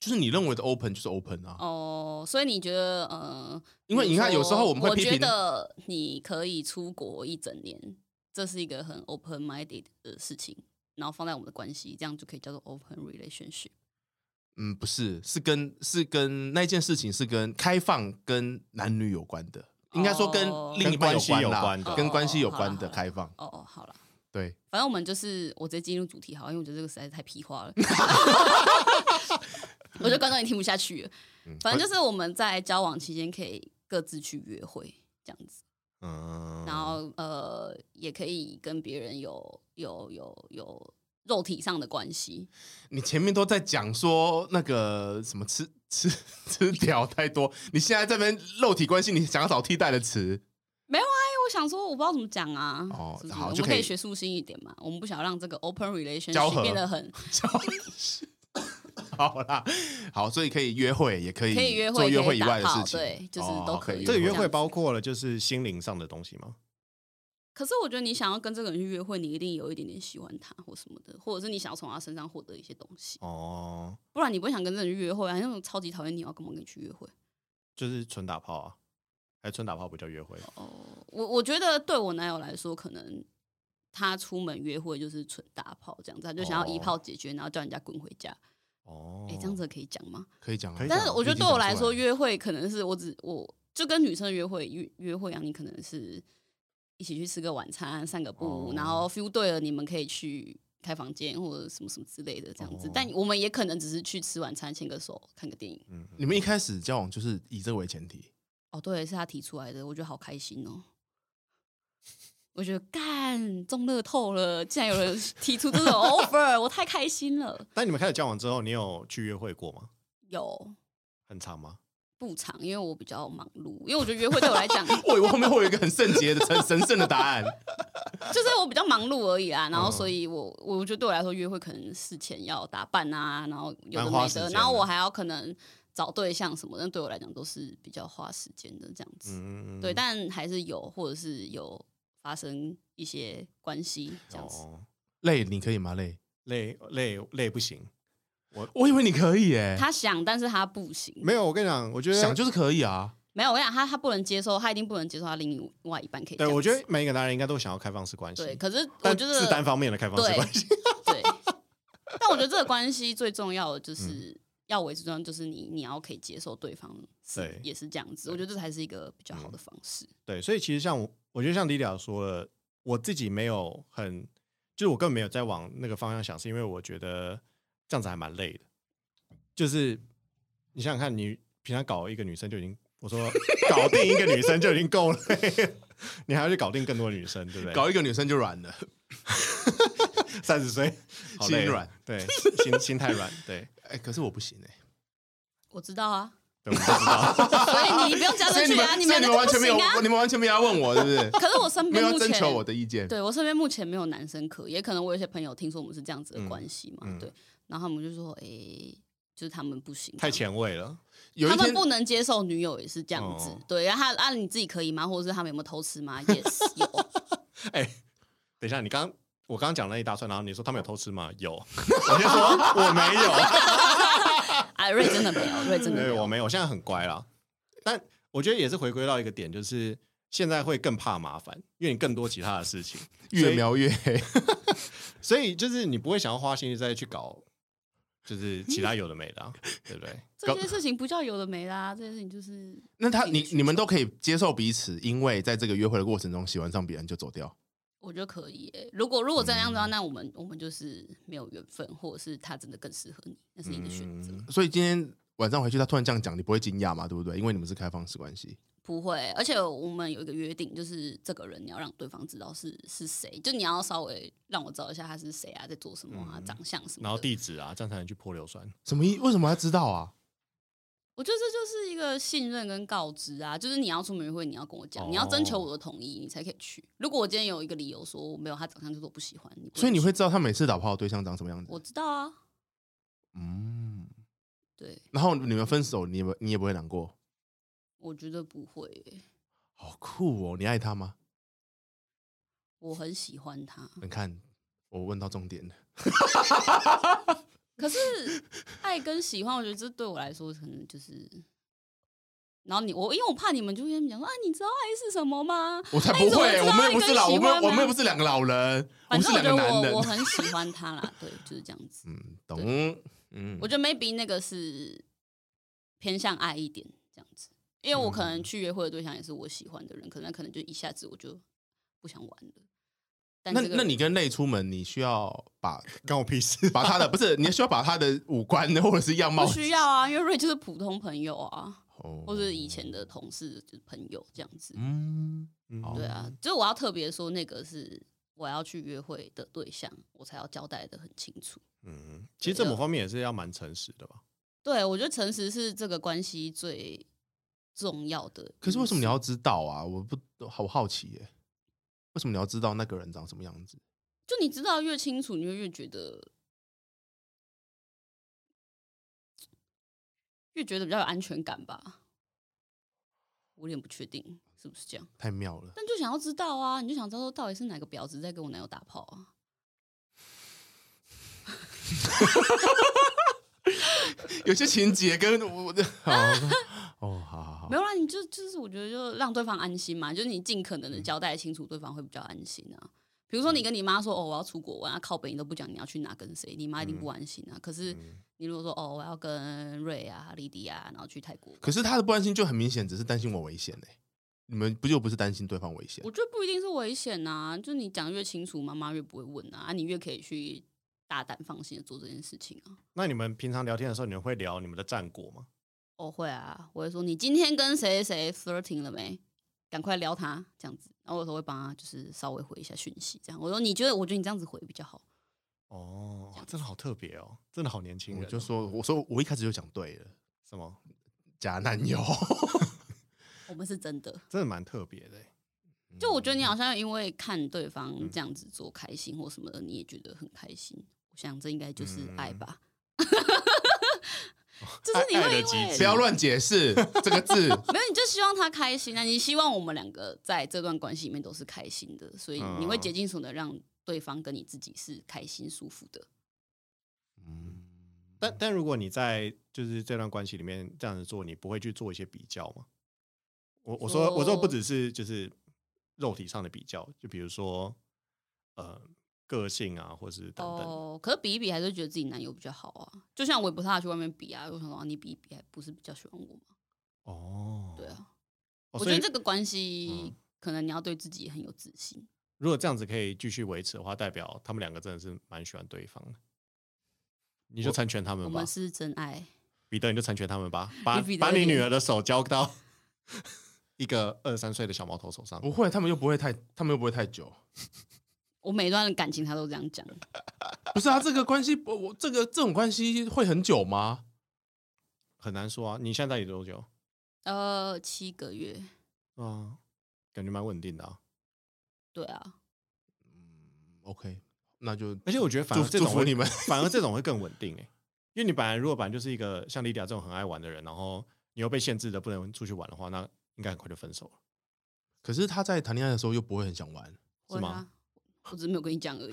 S2: 就是你认为的 open 就是 open 啊。
S3: 哦，所以你觉得，呃，
S2: 因为你看
S3: 比如
S2: 有
S3: 说
S2: 时候我们会
S3: 我
S2: 批评
S3: 觉得你可以出国一整年，这是一个很 open minded 的事情，然后放在我们的关系，这样就可以叫做 open relationship。
S2: 嗯，不是，是跟是跟那件事情是跟开放跟男女有关的，应该说跟
S3: 哦
S2: 另一
S1: 跟关
S2: 半关啦
S1: 系有关的
S2: 跟关系有关
S3: 哦
S2: 的
S3: 好啦
S2: 开放。
S3: 哦哦，好了，
S2: 对，
S3: 反正我们就是我直接进入主题好了，因为我觉得这个实在是太屁话了， *laughs* 我觉得观众也听不下去了。
S2: 嗯
S3: 反正就是我们在交往期间可以各自去约会这样子，
S1: 嗯，
S3: 然后呃也可以跟别人有有有有肉体上的关系。
S2: 你前面都在讲说那个什么吃 *laughs* 吃吃屌太多，你现在这边肉体关系，你想要找替代的词， *laughs*
S3: 哎，我想说，我不知道怎么讲啊。
S2: 哦
S3: 是不是
S2: 好
S3: 我
S2: 就
S3: 们
S2: 可以
S3: 可以学术性一点嘛。我们不想让这个 open
S2: 交合
S3: relationship 变得很
S2: 好啦，好，所以可以约会，也可以
S3: 可以约会
S2: 做约
S3: 可
S2: 会
S3: 以
S2: 以
S3: 打
S2: 外的事
S3: 炮
S2: 情，
S3: 对就是
S2: 哦
S3: 都
S2: 可
S3: 可以
S1: 这个
S3: 这
S1: 约
S3: 样
S1: 会
S3: 子
S1: 包括了就是心灵上的东西吗？
S3: 可是我觉得你想要跟这个人去约会，你一定有一点点喜欢他或什么的，或者是你想要从他身上获得一些东西，
S1: 哦，
S3: 不然你不会想跟这个人去约会啊。那种超级讨厌你，我要干嘛跟你去约会？
S1: 就是纯打炮啊，还是纯打炮不叫约会？
S3: 哦，我我觉得对我男友来说，可能他出门约会就是纯打炮这样子，他就想要一炮解决，然后叫人家滚回家。
S1: 哦
S3: 哎、，这样子可以讲吗？
S2: 可以讲啊
S1: 可以。
S3: 但是我觉得对我来说，
S2: 你已经
S3: 约会可能是我只我就跟女生约会约约会啊，你可能是一起去吃个晚餐、散个步，
S1: 哦
S3: 然后 feel 对了，你们可以去开房间或者什么什么之类的这样子。
S1: 哦
S3: 但我们也可能只是去吃晚餐、牵个手、看个电影。
S1: 嗯，嗯
S2: 你们一开始交往就是以这为前提，
S3: 哦，对，是他提出来的，我觉得好开心哦。我觉得干中乐透了，竟然
S1: *laughs*
S3: 有人提出这种 offer，我太开心了。
S1: 但你们开始交往之后，你有去约会过吗？
S3: 有
S1: 很长吗？不
S3: 不长，因为我比较忙碌，因为我觉得约会对我来讲， *laughs*
S2: 我以为后面会有一个很圣洁的、神神圣的答案。 *laughs*
S3: 就是我比较忙碌而已啊，然后
S1: 嗯
S3: 所以我我觉得对我来说，约会可能事前要打扮啊，然后有的
S1: 蛮花
S3: 没
S1: 时
S3: 的，
S1: 间
S3: 然后
S1: 的
S3: 我还要可能找对象什么，但对我来讲都是比较花时间的这样子。
S1: 嗯，
S3: 对，但还是有，或者是有发生一些关系这样子。
S1: 哦，
S2: 累，你可以吗？累，
S1: 累累累不行。
S2: 我以为你可以诶、
S3: 他想，但是他不行。
S1: 没有，我跟你讲，我觉得
S2: 想就是可以啊。
S3: 没有，我跟你讲，他他不能接受，他一定不能接受他另外一半可以这
S1: 对，
S3: 样子。
S1: 我觉得每一个男人应该都想要开放式关系，
S3: 对，可是我
S1: 但
S3: 觉得
S1: 是单方面的开放式
S3: 对
S1: 关系。
S3: *laughs* 对，但我觉得这个关系最重要的
S2: 嗯
S3: 就是、要维持重要，就是你你要可以接受对方是
S1: 对
S3: 也是这样子，我觉得这才是一个比较好的方式。
S2: 嗯
S1: 对，所以其实像我，我觉得像李雅说了，我自己没有很，就是我根本没有在往那个方向想，是因为我觉得这样子还蛮累的。就是你想想看，你平常搞一个女生就已经，我
S2: *laughs*
S1: 说搞定一个女生就已经够累了， *laughs* 你还要去搞定更多的女生，对不对？
S2: 搞一个女生就软了， *laughs*
S1: 三十岁，好累
S2: 心软，
S1: 对，心心太软，对，
S2: 哎、可是我不行哎、
S3: 我知道啊，
S1: 对，我们不知道。 *laughs*
S3: 所以你不用加
S2: *laughs* 所
S3: 进
S2: 以你
S3: 去
S2: 们
S3: 啊，，你
S2: 所以
S3: 们
S2: 你
S3: 那
S2: 们
S3: 个
S2: 完全
S3: 不
S2: 没
S3: 行
S2: 有，
S3: 啊。
S2: 你们完全没有要问我，是不是？
S3: *laughs* 可是我身
S2: 没
S3: 边
S2: 有要
S3: 目
S2: 征
S3: 前
S2: 求我的意见。
S3: 对我身边目前没有男生可，也可能我有些朋友听说我们是这样子的关系嘛，
S1: 嗯嗯
S3: 对，然后他们就说，诶，就是他们不行，
S1: 太前卫了，
S2: 有一
S3: 他们
S2: 天，
S3: 不能接受女友也是这样子，
S1: 哦
S3: 对。然后他啊，你自己可以吗？或者是他们有没有偷吃吗？Yes，有。
S1: 哎、等一下，你刚我刚刚讲了一大串，然后你说他们有偷吃吗？有， *laughs* 我先说我没有。
S3: 哎，瑞真的没有，瑞真的没
S1: 对，我
S3: 有。
S1: 没有，我啊现在很乖啦。但我觉得也是回归到一个点，就是现在会更怕麻烦，因为你更多其他的事情，
S2: 越描越黑。 *laughs*
S1: 所以就是你不会想要花心力再去搞，就是其他有的没的、啊，对
S3: *laughs*
S1: 不对？
S3: 这些事情不叫有的没啦，这些事情就是
S2: 那他你
S3: 自己的需求
S2: 你们都可以接受彼此，因为在这个约会的过程中喜欢上别人就走掉。
S3: 我觉得可以耶、如果如果真的样子的话，那我们我们就是没有缘分，或者是他真的更适合你，那是你的选择。
S1: 嗯
S2: 所以今天晚上回去，他突然这样讲，你不会惊讶嘛？对不对？因为你们是开放式关系。
S3: 不会，而且我们有一个约定，就是这个人你要让对方知道是是谁，就你要稍微让我知道一下他是谁啊，在做什么啊，
S1: 嗯
S3: 长相什么的。
S1: 然后地址啊，这样才能去泼硫酸。
S2: 什么意？为什么要知道啊？
S3: 我觉得这就是一个信任跟告知啊，就是你要出门约会，你要跟我讲，
S1: 哦
S3: 你要征求我的同意，你才可以去。如果我今天有一个理由说我没有他长相就是我不喜欢，你不
S2: 所以你
S3: 去
S2: 会知道他每次打炮的对象长什么样
S3: 我
S2: 子。
S3: 知道啊，
S2: 嗯，
S3: 对，
S2: 然后你们分手，你也不你也不会难过。
S3: 我觉得不会耶、
S2: 好酷哦！你爱他吗？
S3: 我很喜欢他，
S2: 你看，我问到重点了。*laughs*
S3: 可是爱跟喜欢，我觉得这对我来说可能就是。然后你我因为我怕你们就会讲说啊，你知道爱是什么吗？
S2: 我才
S3: 哎
S2: 不
S3: 怎么
S2: 会，
S3: 知道
S2: 我们又
S3: 爱
S2: 不
S3: 跟
S2: 是老，
S3: 喜
S2: 我们
S3: 欢
S2: 我们
S3: 呢
S2: 又不是两个老人，我
S3: 反
S2: 们是两个
S3: 正我觉得
S2: 男人
S3: 我我。很喜欢他啦，对，就是这样子。
S2: 嗯，懂。嗯
S3: 我，觉得 maybe 那个是偏向爱一点这样子，因为我可
S2: 嗯
S3: 能去约会的对象也是我喜欢的人，可能可能就一下子我就不想玩了。但
S2: 那
S3: 这个
S2: 那你跟累出门，你需要把
S1: *laughs* 关我屁
S3: *laughs*
S1: 事！
S2: 把他的不是，你需要把他的五官或者是样貌
S3: 不，需要啊，因为瑞就是普通朋友啊，
S2: 哦
S3: 或者以前的同事就是朋友这样子。
S2: 嗯，
S1: 嗯
S2: 好
S3: 对啊，就是我要特别说那个是。我要去约会的对象，我才要交代的很清楚。
S1: 嗯，其实这某方面也是要蛮诚实的吧？
S3: 对我觉得诚实是这个关系最重要的因素。
S2: 可是为什么你要知道啊？我不好好奇耶、为什么你要知道那个人长什么样子？
S3: 就你知道越清楚，你就越觉得越觉得比较有安全感吧。我有点不确定是不是这样，
S2: 太妙
S3: *laughs*
S2: 了！
S3: 但就想要知道啊，你就想知道说到底是哪个婊子在跟我男友打炮啊？
S2: 有些情节跟我 *laughs* 我的好哦，好好好
S3: 没，有啦，你就就是我觉得就让对方安心嘛，就是你尽可能的交代清楚，对方会比较安心啊。比如说你跟你妈说哦我要出国玩啊，靠北你都不讲你要去哪跟谁，你妈一定不安心啊。可是
S1: 嗯
S3: 你如果说哦我要跟瑞啊、莉迪啊，然后去泰国玩，
S2: 可是他的不安心就很明显，只是担心我危险嘞、你们不就不是担心对方危险
S3: 我？觉得不一定是危险呐、就你讲越清楚，妈妈越不会问啊，啊你越可以去大胆放心的做这件事情啊。
S1: 那你们平常聊天的时候，你们会聊你们的战果吗？
S3: 我、会啊，我会说你今天跟谁谁 flirting 了没？赶快撩他这样子，然后我有时候会帮他就是稍微回一下讯息，这样我说你觉得我觉得你这样子回比较好，
S1: 哦，真的好特别哦，真的好年轻
S2: 我
S1: 人哦、
S2: 就说，我说我一开始就讲对了，
S1: 什么，
S2: 假男友。
S3: 哎我们是真的。
S1: 真的蛮特别的欸。
S3: 就我觉得你好像因为看对方这样子做开心或什么的，你也觉得很开心。我想这应该就是爱吧。 *laughs* 就是你
S1: 爱
S3: 会
S1: 的
S3: 因
S1: 极
S3: 为
S1: 致
S2: 不要乱解释这个字，
S3: *laughs* 没有，你就希望他开心啊！你希望我们两个在这段关系里面都是开心的，所以你
S1: 嗯
S3: 会竭尽所能让对方跟你自己是开心舒服的。
S1: 但但如果你在就是这段关系里面这样子做，你不会去做一些比较吗？我我说我说不
S3: 说
S1: 只是就是肉体上的比较，就比如说呃个性啊，或是等等。
S3: 哦，可是比一比还是觉得自己男友比较好啊。就像我也不太去外面比啊，我想说、啊、你比一比还不是比较喜欢我吗？
S1: 哦，
S3: 对啊，
S1: 哦
S3: 我
S1: 所
S3: 觉
S1: 以
S3: 得这个关系
S1: 嗯
S3: 可能你要对自己很有自信。
S1: 如果这样子可以继续维持的话，代表他们两个真的是蛮喜欢对方的。你就成全他
S3: 我
S1: 们吧
S3: 们，是真爱，
S1: 彼得，你就成全他们
S3: *laughs*
S1: 吧，把
S3: 彼得
S1: 把
S3: 有
S1: 你
S3: 点
S1: 女儿的手交到 *laughs* 一个二三岁的小毛头手上。
S2: 不会，他们又不会太，他们又不会太久。
S3: 我每一段感情他都这样讲。
S2: 不是啊，这个关系，我我这个这种关系会很久吗？
S1: 很难说啊，你现在也多久？
S3: 呃，七个月，
S1: 啊，感觉蛮稳定的啊。
S3: 对啊，
S2: OK，那就
S1: 而且我觉得反而
S2: 祝
S1: 这种
S2: 祝福
S1: 会
S2: 你们
S1: 反而这种会更稳定哎、因为你本来如果本来就是一个像莉迪亚这种很爱玩的人，然后你又被限制的不能出去玩的话，那应该很快就分手了。
S2: *laughs* 可是他在谈恋爱的时候又不会很想玩。
S1: 是
S3: 会
S1: 吗
S3: 啊？我只是没有跟你讲而已。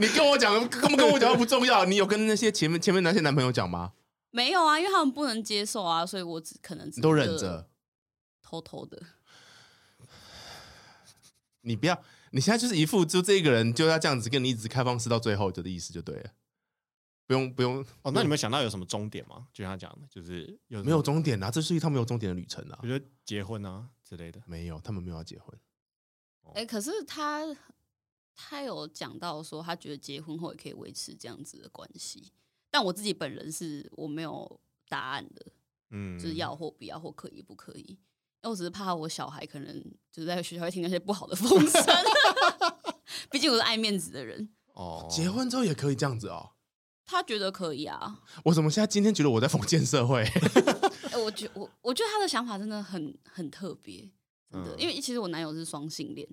S1: *laughs*
S2: 你跟我讲，跟不跟我讲又不重要。你有跟那些前面前面那些男朋友讲吗？
S3: 没有啊，因为他们不能接受啊，所以我只可能只
S2: 你都忍
S3: 是
S2: 着，
S3: 偷偷的。
S2: 你不要，你现在就是一副就这个人就要这样子跟你一直开放式到最后的意思就对了。不用不用，
S1: 哦，那你们想到有什么终点吗？就像他讲的，就是有
S2: 没有，终点啊，这是一趟没有终点的旅程啊
S1: 我。觉得结婚啊之类的。
S2: 没有，他们没有要结婚。
S3: 哎、可是他他有讲到说，他觉得结婚后也可以维持这样子的关系，但我自己本人是我没有答案的，
S1: 嗯，
S3: 就是要或不要或可以不可以。那我只是怕我小孩可能就是在学校会听那些不好的风声， *laughs* 毕竟我是爱面子的人。
S1: 哦，
S2: 结婚之后也可以这样子哦。
S3: 他觉得可以啊，
S2: 我怎么现在今天觉得我在封建社会？
S3: 哎、我觉我我觉得他的想法真的很很特别，真的，
S1: 嗯
S3: 因为其实我男友是双性恋，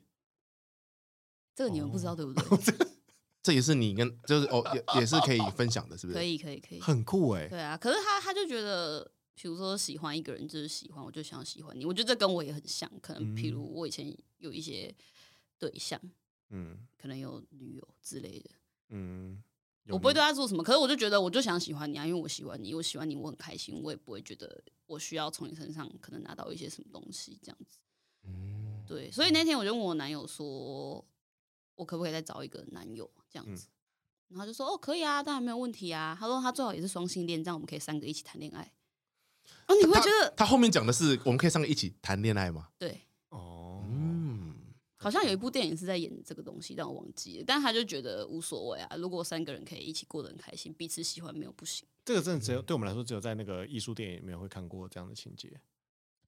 S3: 这个你们不
S1: 哦
S3: 知
S1: *laughs*
S3: 道、对不对？
S2: 这也是你跟就是哦，也也是可以分享的，是不是？
S3: 可。以可以可以，
S1: 很酷哎、
S3: 对啊，可是他他就觉得，比如说喜欢一个人就是喜欢，我就想要喜欢你。我觉得这跟我也很像，可能
S1: 嗯
S3: 譬如我以前有一些对象，
S1: 嗯
S3: 可能有女友之类的，
S1: 嗯，有
S3: 我不会
S1: 你
S3: 对他做什么，可是我就觉得我就想喜欢你啊，因为我喜欢你，我喜欢你，我很开心，我也不会觉得我需要从你身上可能拿到一些什么东西这样子。对，所以那天我就问我男友说，我可不可以再找一个男友
S2: 嗯
S3: 这样子？然后他就说哦，可以啊，当然没有问题啊。他说他最好也是双性恋，这样我们可以三个一起谈恋爱。哦，你会
S2: 他
S3: 觉得
S2: 他后面讲的是我们可以三个一起谈恋爱吗？
S3: 对，
S1: 哦，
S2: 嗯，
S3: 好像有一部电影是在演这个东西，但我忘记了。但他就觉得无所谓啊，如果三个人可以一起过得很开心，彼此喜欢没有不行。
S1: 这个真的只
S2: 嗯
S1: 有对我们来说，只有在那个艺术电影里面会看过这样的情节。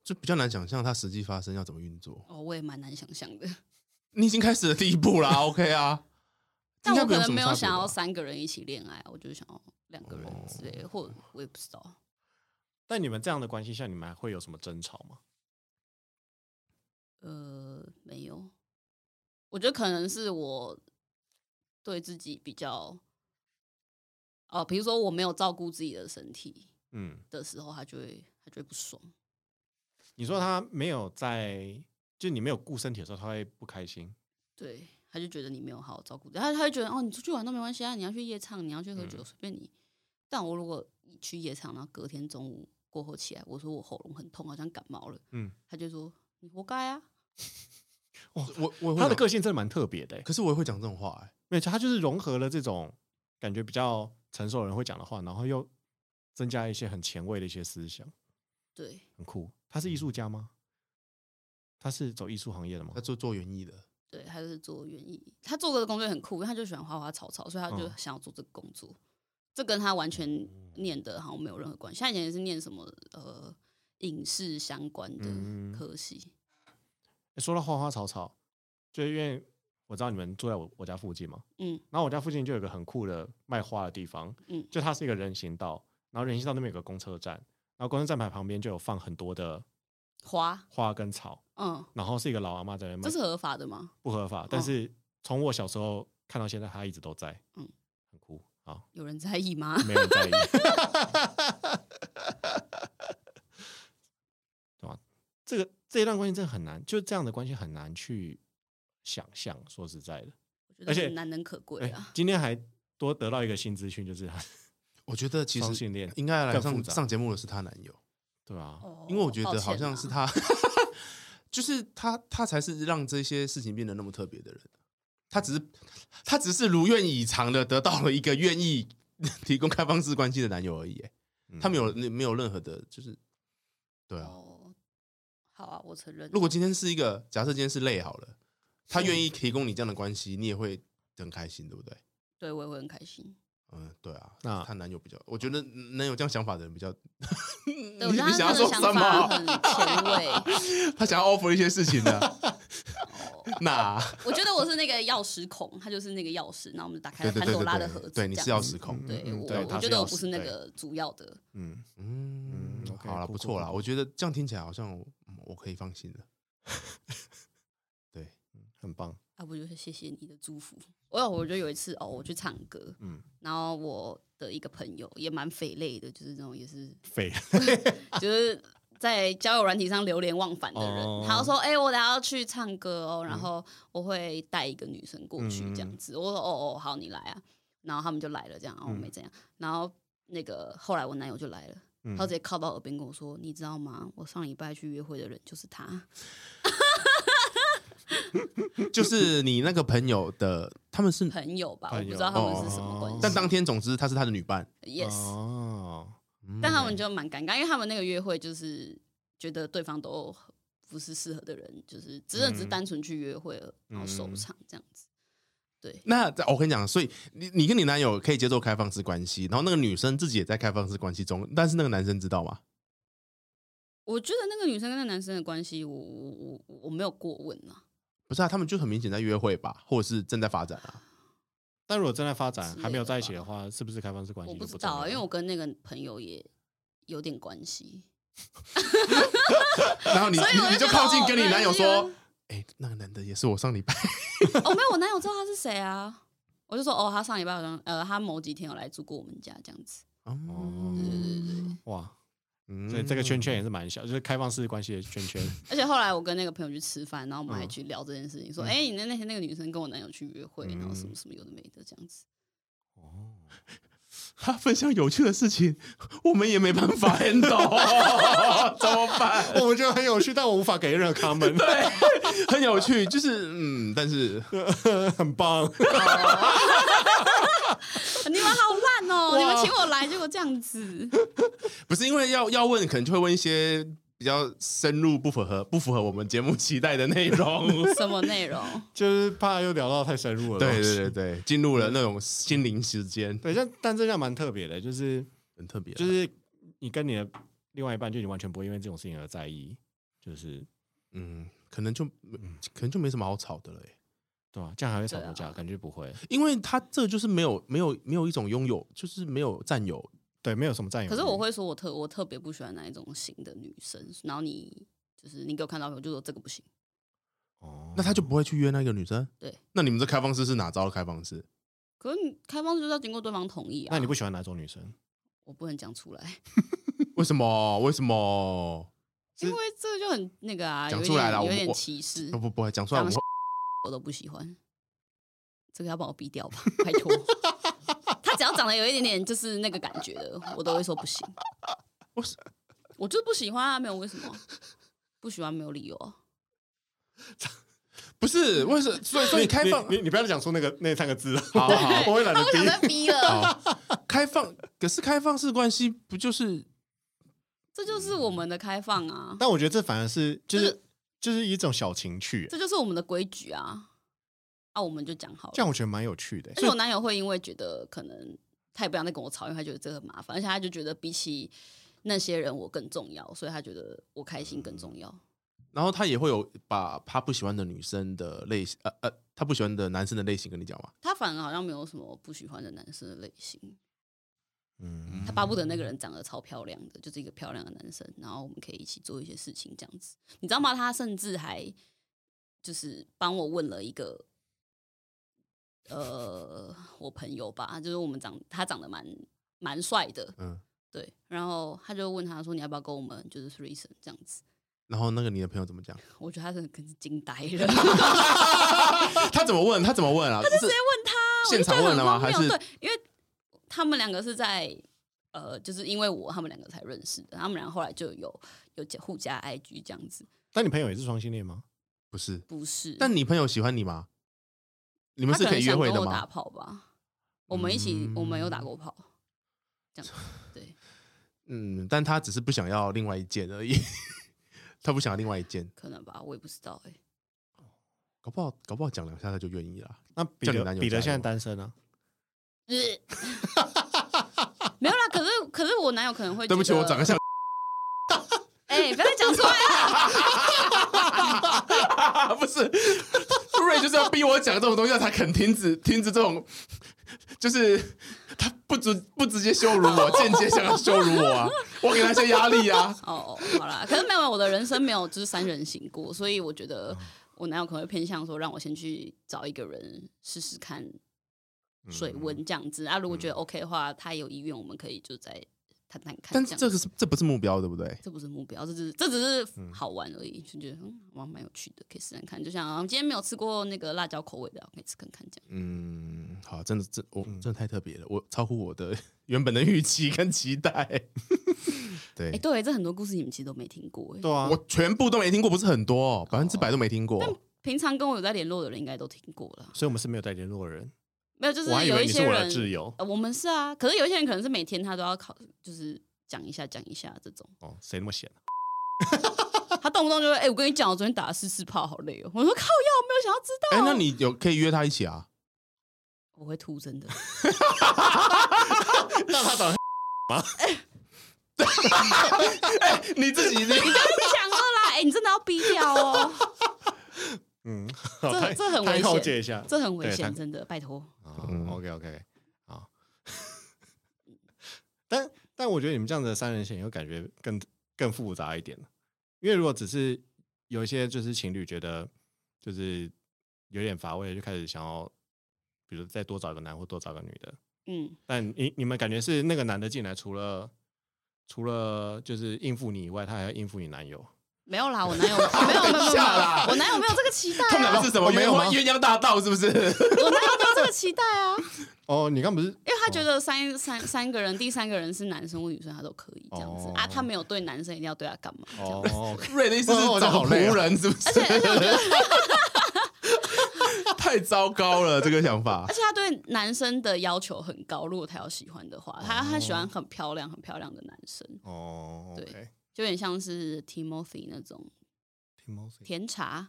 S2: 就比较难想象它实际发生要怎么运作。
S3: 哦，我也蛮难想象的。
S2: 你已经开始了第一步
S3: *laughs*
S2: 啦，OK 啊。
S3: 但
S2: 应该
S3: 我
S2: 不
S3: 可
S2: 用
S3: 能
S2: 什么
S3: 没有
S2: 差别
S3: 想要
S2: 吧
S3: 三个人一起恋爱，我就是想要两个人之类
S2: 哦
S3: 的，或我也不知道。
S1: 但你们这样的关系下，你们还会有什么争吵吗？
S3: 呃，没有，我觉得可能是我对自己比较，哦、比如说我没有照顾自己的身体
S1: 嗯，
S3: 的时候，他就会他就会不爽。
S1: 你说他没有在，就你没有顾身体的时候，他会不开心。
S3: 对，他就觉得你没有好好照顾自己，他他就觉得哦，你出去玩都没关系啊，你要去夜唱，你要去喝酒，
S1: 嗯
S3: 随便你。但我如果去夜唱，然后隔天中午过后起来，我说我喉咙很痛，好像感冒了，
S1: 嗯，
S3: 他就说你活该啊。
S2: 哦我我也
S1: 他的
S2: 会讲，
S1: 个性真的蛮特别的欸、
S2: 可是我也会讲这种话哎、
S1: 没有，他就是融合了这种感觉比较成熟人会讲的话，然后又增加一些很前卫的一些思想，
S3: 对，
S1: 很酷。他是艺术家吗？他是走艺术行业的吗
S2: 他？做做园艺的，
S3: 对，他就是做园艺，他做过的工作也很酷，因为他就喜欢花花草草，所以他就
S1: 嗯
S3: 想要做这个工作。这跟他完全
S2: 嗯
S3: 念的好像没有任何关系。他以前也是念什么呃影视相关
S1: 嗯
S3: 的科系，
S1: 欸说到花花草草，就是因为我知道你们住在我我家附近嘛，
S3: 嗯，
S1: 然后我家附近就有个很酷的卖花的地方，
S3: 嗯
S1: 就它是一个人行道，然后人行道那边有个公车站，然后公车站牌旁边就有放很多的
S3: 花，
S1: 花跟草，
S3: 嗯，
S1: 然后是一个老阿妈在那边卖
S3: 这，是哦合法的吗？
S1: 不合法，但是从我小时候看到现在，它一直都在，
S3: 嗯，
S1: 很酷，好，
S3: 有人在意吗？ *laughs*
S1: 没人在意，对吧？这个这一段关系真的很难，就这样的关系很难去想象，说实在的。
S3: 我觉
S1: 而
S3: 得
S1: 且
S3: 很难能可贵
S1: 哎，
S3: 啊。
S1: 今天还多得到一个新资讯，就是他，
S2: 我觉得其
S1: 双
S2: 实
S1: 性恋
S2: 应该来
S1: 更复
S2: 上
S1: 杂
S2: 上节目的是她男友，
S1: 对吧、
S3: 嗯哦
S2: 因为我觉
S3: 抱
S2: 得好
S3: 歉
S2: 像
S3: 啊
S2: 是她， *laughs* 就是她，她才是让这些事情变得那么特别的人。她只是，
S3: 嗯
S2: 她只是如愿以偿的得到了一个愿意 *laughs* 提供开放式关系的男友而已。哎
S1: 嗯
S2: 她没有没有任何的，就是对啊。
S3: 哦，好啊，我承认。
S2: 如果今天是一个假设，今天是累好了，她愿
S3: *laughs*
S2: 意提供你这样的关系，你也会很开心，对不对？
S3: 对我也会很开心。
S2: 嗯，对啊。
S1: 那
S2: 她男友比较，我觉得能有这样想法的人比较。 *laughs* 你
S3: 对，我觉得
S2: 你
S3: 他
S2: 要
S3: 这
S2: 说
S3: 个想
S2: 什么？
S3: 法很前卫。
S2: *laughs*
S3: *laughs*
S2: 他想要 offer 一些事情的。
S3: 哦
S2: 那 *laughs*
S3: 我觉得我是那个钥匙孔，他就是那个钥匙，然后我们打开
S2: 对对
S3: 潘
S2: 对
S3: 多
S2: 对
S3: 拉的
S2: 对
S3: 盒
S2: 对，
S3: 子这
S2: 对
S3: 样
S2: 你
S3: 子。
S2: 是钥匙孔。
S1: 嗯
S3: 对
S1: 嗯
S3: 我
S1: 对
S3: 我
S1: 他
S3: 觉
S1: 是
S3: 得
S1: 钥
S3: 我不
S1: 匙
S3: 是那
S1: 对
S3: 个主要的，
S1: 嗯，
S2: 嗯
S1: 嗯，OK，
S2: 好了，
S1: 酷
S2: 不错
S1: 酷
S2: 啦，
S1: 酷
S2: 我觉得这样听起来好像嗯我可以放心了。对，
S1: 很棒，
S3: 啊，不就是谢谢你的祝福。我有，我就有一次哦，我去唱歌，
S1: 嗯，
S3: 然后我的一个朋友也蛮匪类的，就是那种也是
S1: 废，
S3: 就是在交友软体上流连忘返的人，
S1: 哦
S3: 他就说：“哎、我等下要去唱歌哦，然
S2: 嗯
S3: 后我会带一个女生过去
S1: 嗯
S3: 这样子。我说：“哦哦，好，你来啊。”然后他们就来了，这样，然后
S2: 嗯
S3: 我没这样。然后那个后来我男友就来了，
S1: 嗯
S3: 他直接靠到耳边跟我说：“你知道吗？我上礼拜去约会的人就是他。 *laughs*
S2: 就是你那个朋友的，他们是”
S3: 朋友吧，我
S1: 朋
S3: 不
S1: 友
S3: 知道他们是什么关系
S1: 哦。
S2: 但当天总之她是他的女伴。
S3: *laughs* yes，、
S1: 哦，
S2: 嗯
S3: 但他们就蛮尴尬，因为他们那个约会就是觉得对方都不是适合的人，就是真的只是
S1: 嗯
S3: 单纯去约会，然后收
S1: 嗯
S3: 场这样子。对，
S2: 那我跟你讲，所以你你跟你男友可以接受开放式关系，然后那个女生自己也在开放式关系中，但是那个男生知道吗？
S3: 我觉得那个女生跟那男生的关系，我我我我我没有过问啦。
S2: 不是啊，他们就很明显在约会吧，或者是正在发展啊。
S1: 但如果正在发展
S3: 之类
S1: 还没有
S3: 的
S1: 在一起
S3: 吧
S1: 的话，是不是开放式关系
S3: 我
S1: 就
S3: 不
S1: 不
S3: 知道
S1: 重
S3: 啊，
S1: 要
S3: 因为我跟那个朋友也有点关系，
S2: 然后你
S3: 所以我
S2: 你你就
S3: 觉得
S2: 靠近跟你男友
S3: 哦
S2: 说，哎、那个男的也是我上礼拜
S3: 对哦，没有，我男友知道他是谁啊。我就说哦，他上礼拜好像呃，他某几天有来住过我们家这样子。
S1: 哦
S3: 对对对对，
S1: 哇，
S2: 嗯
S1: 所以这个圈圈也是蛮小，就是开放式关系的圈圈，
S3: 而且后来我跟那个朋友去吃饭，然后我们还
S1: 嗯
S3: 去聊这件事情，说哎、你那那天那个女生跟我男友去约会，然后什么
S1: 嗯
S3: 什么有的没的这样子。
S1: 哦，
S2: 他分享有趣的事情，我们也没办法 *laughs* handle，怎么办？
S1: 我觉得很有趣，但我无法给任何 comment， *laughs*
S2: 很有趣，就是嗯，但是
S1: 很棒，
S3: 哦 *laughs* 你们好烂哦、
S1: 哇
S3: 你们请我来，结果这样子。
S2: 不是因为要要问，可能就会问一些比较深入、不符合不符合我们节目期待的内容。
S3: 什么内容？
S1: 就是怕又聊到太深入了，
S2: *laughs* 对对对。对，进入了那种心灵时间，
S1: 对，但但这样蛮特别的，就是
S2: 很特别。
S1: 就是你跟你的另外一半，就你完全不会因为这种事情而在意，就是
S2: 嗯嗯，可能就可能就没什么好吵的了、欸。
S1: 对吧？这样还会吵
S3: 对
S1: 过
S3: 啊
S1: 架？感觉不会，
S2: 因为他这就是没有没有没有一种拥有，就是没有占有。
S1: 对，没有什么占有欲。
S3: 可是我会说我特我特别不喜欢那一种型的女生，然后你就是你给我看照片，我就说这个不行。
S1: 哦，
S2: 那他就不会去约那个女生。
S3: 对，
S2: 那你们这开放式是哪招的开放式？
S3: 可是你开放式就是要经过对方同意啊。
S1: 那你不喜欢哪种女生？
S3: 我不能讲出来，
S2: 为什么？哦为什么？
S3: 因为这个就很那个啊，
S2: 讲
S3: 有一
S2: 出来
S3: 点
S2: 啦我
S3: 有
S2: 们
S3: 点
S2: 我
S3: 歧视
S2: 不，不不，讲出来我们会
S3: 我都不喜欢。这个要帮我逼掉吧，拜托。 *laughs* 他只要长得有一点点就是那个感觉的，我都会说不行。
S2: *laughs* 我是
S3: 我就不喜欢啊，没有为什么，不喜欢没有理由啊。
S2: 不是为什么？所以所以
S1: 你
S2: 开放
S1: 你你你不要再讲出那个那三个 *laughs* 字了，
S2: 好好好
S1: 我会懒得
S3: 他不想再
S1: 逼。
S3: 逼了，
S2: 哦开放，可是开放式关系不就是
S3: 这就是我们的开放啊，
S1: 但我觉得这反而是就
S3: 就是
S1: 是就是一种小情趣，
S3: 这就是我们的规矩啊。啊，我们就讲好
S1: 这样
S3: 了。
S1: 我觉得蛮有趣的
S3: 而。且我男友会因为觉得可能他也不想再跟我吵，因为他觉得这个很麻烦，而且他就觉得比起那些人我更重要，所以他觉得我开心更重要。
S2: 然后他也会有把他不喜欢的女生的类型，呃呃，他不喜欢的男生的类型跟你讲嘛？
S3: 他反而好像没有什么不喜欢的男生的类型，
S1: 嗯，
S3: 他巴不得那个人长得超漂亮的，就是一个漂亮的男生，然后我们可以一起做一些事情这样子，你知道吗？他甚至还就是帮我问了一个，呃，我朋友吧，就是我们长他长得蛮蛮帅的，
S2: 嗯，
S3: 对，然后他就问他说你要不要跟我们就是 threesome 这样子，
S2: 然后那个你的朋友怎么讲？ *laughs*
S3: 我觉得他真的跟惊呆了。 *laughs*
S2: 他怎么问？他怎么问啊？他就直接
S3: 问他，
S2: 现场问了吗？还
S3: 我就觉
S2: 是
S3: 得很荒谬对，因为他们两个是在呃，就是因为我他们两个才认识的，他们俩后来就有有加互加 IG 这样子，
S1: 但你朋友也是双性恋吗？
S2: 不是？
S3: 不是？
S2: 但你朋友喜欢你吗？你们
S3: 他
S2: 是
S3: 可
S2: 可
S3: 能
S2: 以约
S3: 想
S2: 会
S3: 跟
S2: 的
S3: 我打
S2: 吗？
S3: 炮吧？我们一起，
S2: 嗯
S3: 我们有打过炮，
S2: *laughs*
S3: 这样子对。
S2: 嗯，但他只是不想要另外一件而已， *laughs* 他不想要另外一件，
S3: 可能吧，我也不知道哎、
S2: 搞不好搞不好讲两下他就愿意了。
S1: 那彼
S2: 叫你
S1: 得
S2: 男友
S1: 彼得
S2: 加
S1: 现在
S2: 油
S1: 单身啊？
S3: 哎呃 *laughs* 没有啦，可是可是我男友可能会
S2: 对不起，
S3: 觉得
S2: 我长得像，
S3: *laughs* 哎、不要再讲出来啦！
S2: 不是瑞就是要逼我讲这种东西，让他肯停止停止这种， *laughs* 就是他不直不直接羞辱
S3: *laughs*
S2: 我，间接想要羞辱我啊，我给他一些压力啊。
S3: 哦，哦好啦，可是没有，我的人生没有就是三人行过，所以我觉得我男友可能会偏向说，让我先去找一个人试试看
S1: 嗯
S3: 水温这样子、啊。如果觉得 OK 的话，他有意愿，我们可以就再谈谈看。
S2: 但
S3: 这样
S2: 这个是这不是目标，对不对？
S3: 这不是目标，这只是这只
S1: 嗯
S3: 是好玩而已，就觉得嗯，哇，蛮有趣的，可以试试看。就像啊今天没有吃过那个辣椒口味的，啊可以吃看看这样。
S2: 嗯，好，真的，这我真的太特别了，我超乎我的原本的预期跟期待。 *laughs* 对，
S3: 哎，对，这很多故事你们其实都没听过哎。
S1: 对啊，
S2: 我全部都没听过，不是很多、哦，百分之百都没听过。
S3: 平常跟我有在联络的人应该都听过了，
S1: 所以我们是没有在联络的人。
S3: 没有就是
S1: 我还以
S3: 有
S1: 为
S3: 一
S1: 你是
S3: 些
S1: 我
S3: 人
S1: 的挚友
S3: 呃，我们是啊，可是有一些人可能是每天他都要考，就是讲一下讲一下这种，
S1: 哦，谁那么
S3: *laughs*
S1: 闲啊？
S3: 他动不动就会，哎、我跟你讲，我昨天打了四次炮，好累哦。我说靠呀，我没有想要知道，
S2: 哎、那你有可以约他一起啊？
S3: 我会吐真的。
S1: 那他长得
S2: 你自己，你
S3: 你刚刚讲了啦，哎、你真的要逼掉哦，
S1: 嗯，
S3: 这
S1: 太
S3: 这很
S1: 太
S3: 危
S1: 告
S3: 险
S1: 诫一下。
S3: *laughs* 这很危
S1: 对
S3: 险，
S1: 他
S3: 真的，拜托。
S2: 嗯
S1: OK OK，好。 *laughs* 但但我觉得你们这样子的三人行又感觉更更复杂一点了因为如果只是有一些就是情侣觉得就是有点乏味，就开始想要，比如再多找一个男或多找一个女的。
S3: 嗯，
S1: 但你你们感觉是那个男的进来，除了除了就是应付你以外，他还要应付你男友。
S3: 没有啦，我男友没有没有没有
S2: *laughs* 等一
S3: 没
S2: 下
S3: 有
S2: 啦，
S3: 我男友没有这个期待
S2: *laughs* 他们
S3: 啊
S2: 两，个是什么
S1: 哦没
S2: 鸳
S1: 有吗
S2: 鸯鸳鸯大道？是不 *laughs* 是？
S3: 我男友没有这个期待啊，
S1: 哦，你刚不是
S3: 因为他觉得三三三个人，第三个人是男生或女生，他都可以这样子
S1: 哦
S3: 啊，他没有对男生一定要对他干嘛这样
S1: 哦
S3: 子。
S1: ，OK
S2: 瑞的意思是
S1: 哦我觉得
S2: 找
S1: 好累啊
S2: 仆人，是不是？ *laughs* 太糟糕了，这个想法 *laughs*
S3: 而。且他对男生的要求很高，如果他要喜欢的话，他他喜欢很漂亮、很漂亮的男生，
S1: *laughs* 哦
S3: 对
S1: ，OK，
S3: 就有点像是 Timothy 那种
S1: 嗯
S3: 甜茶，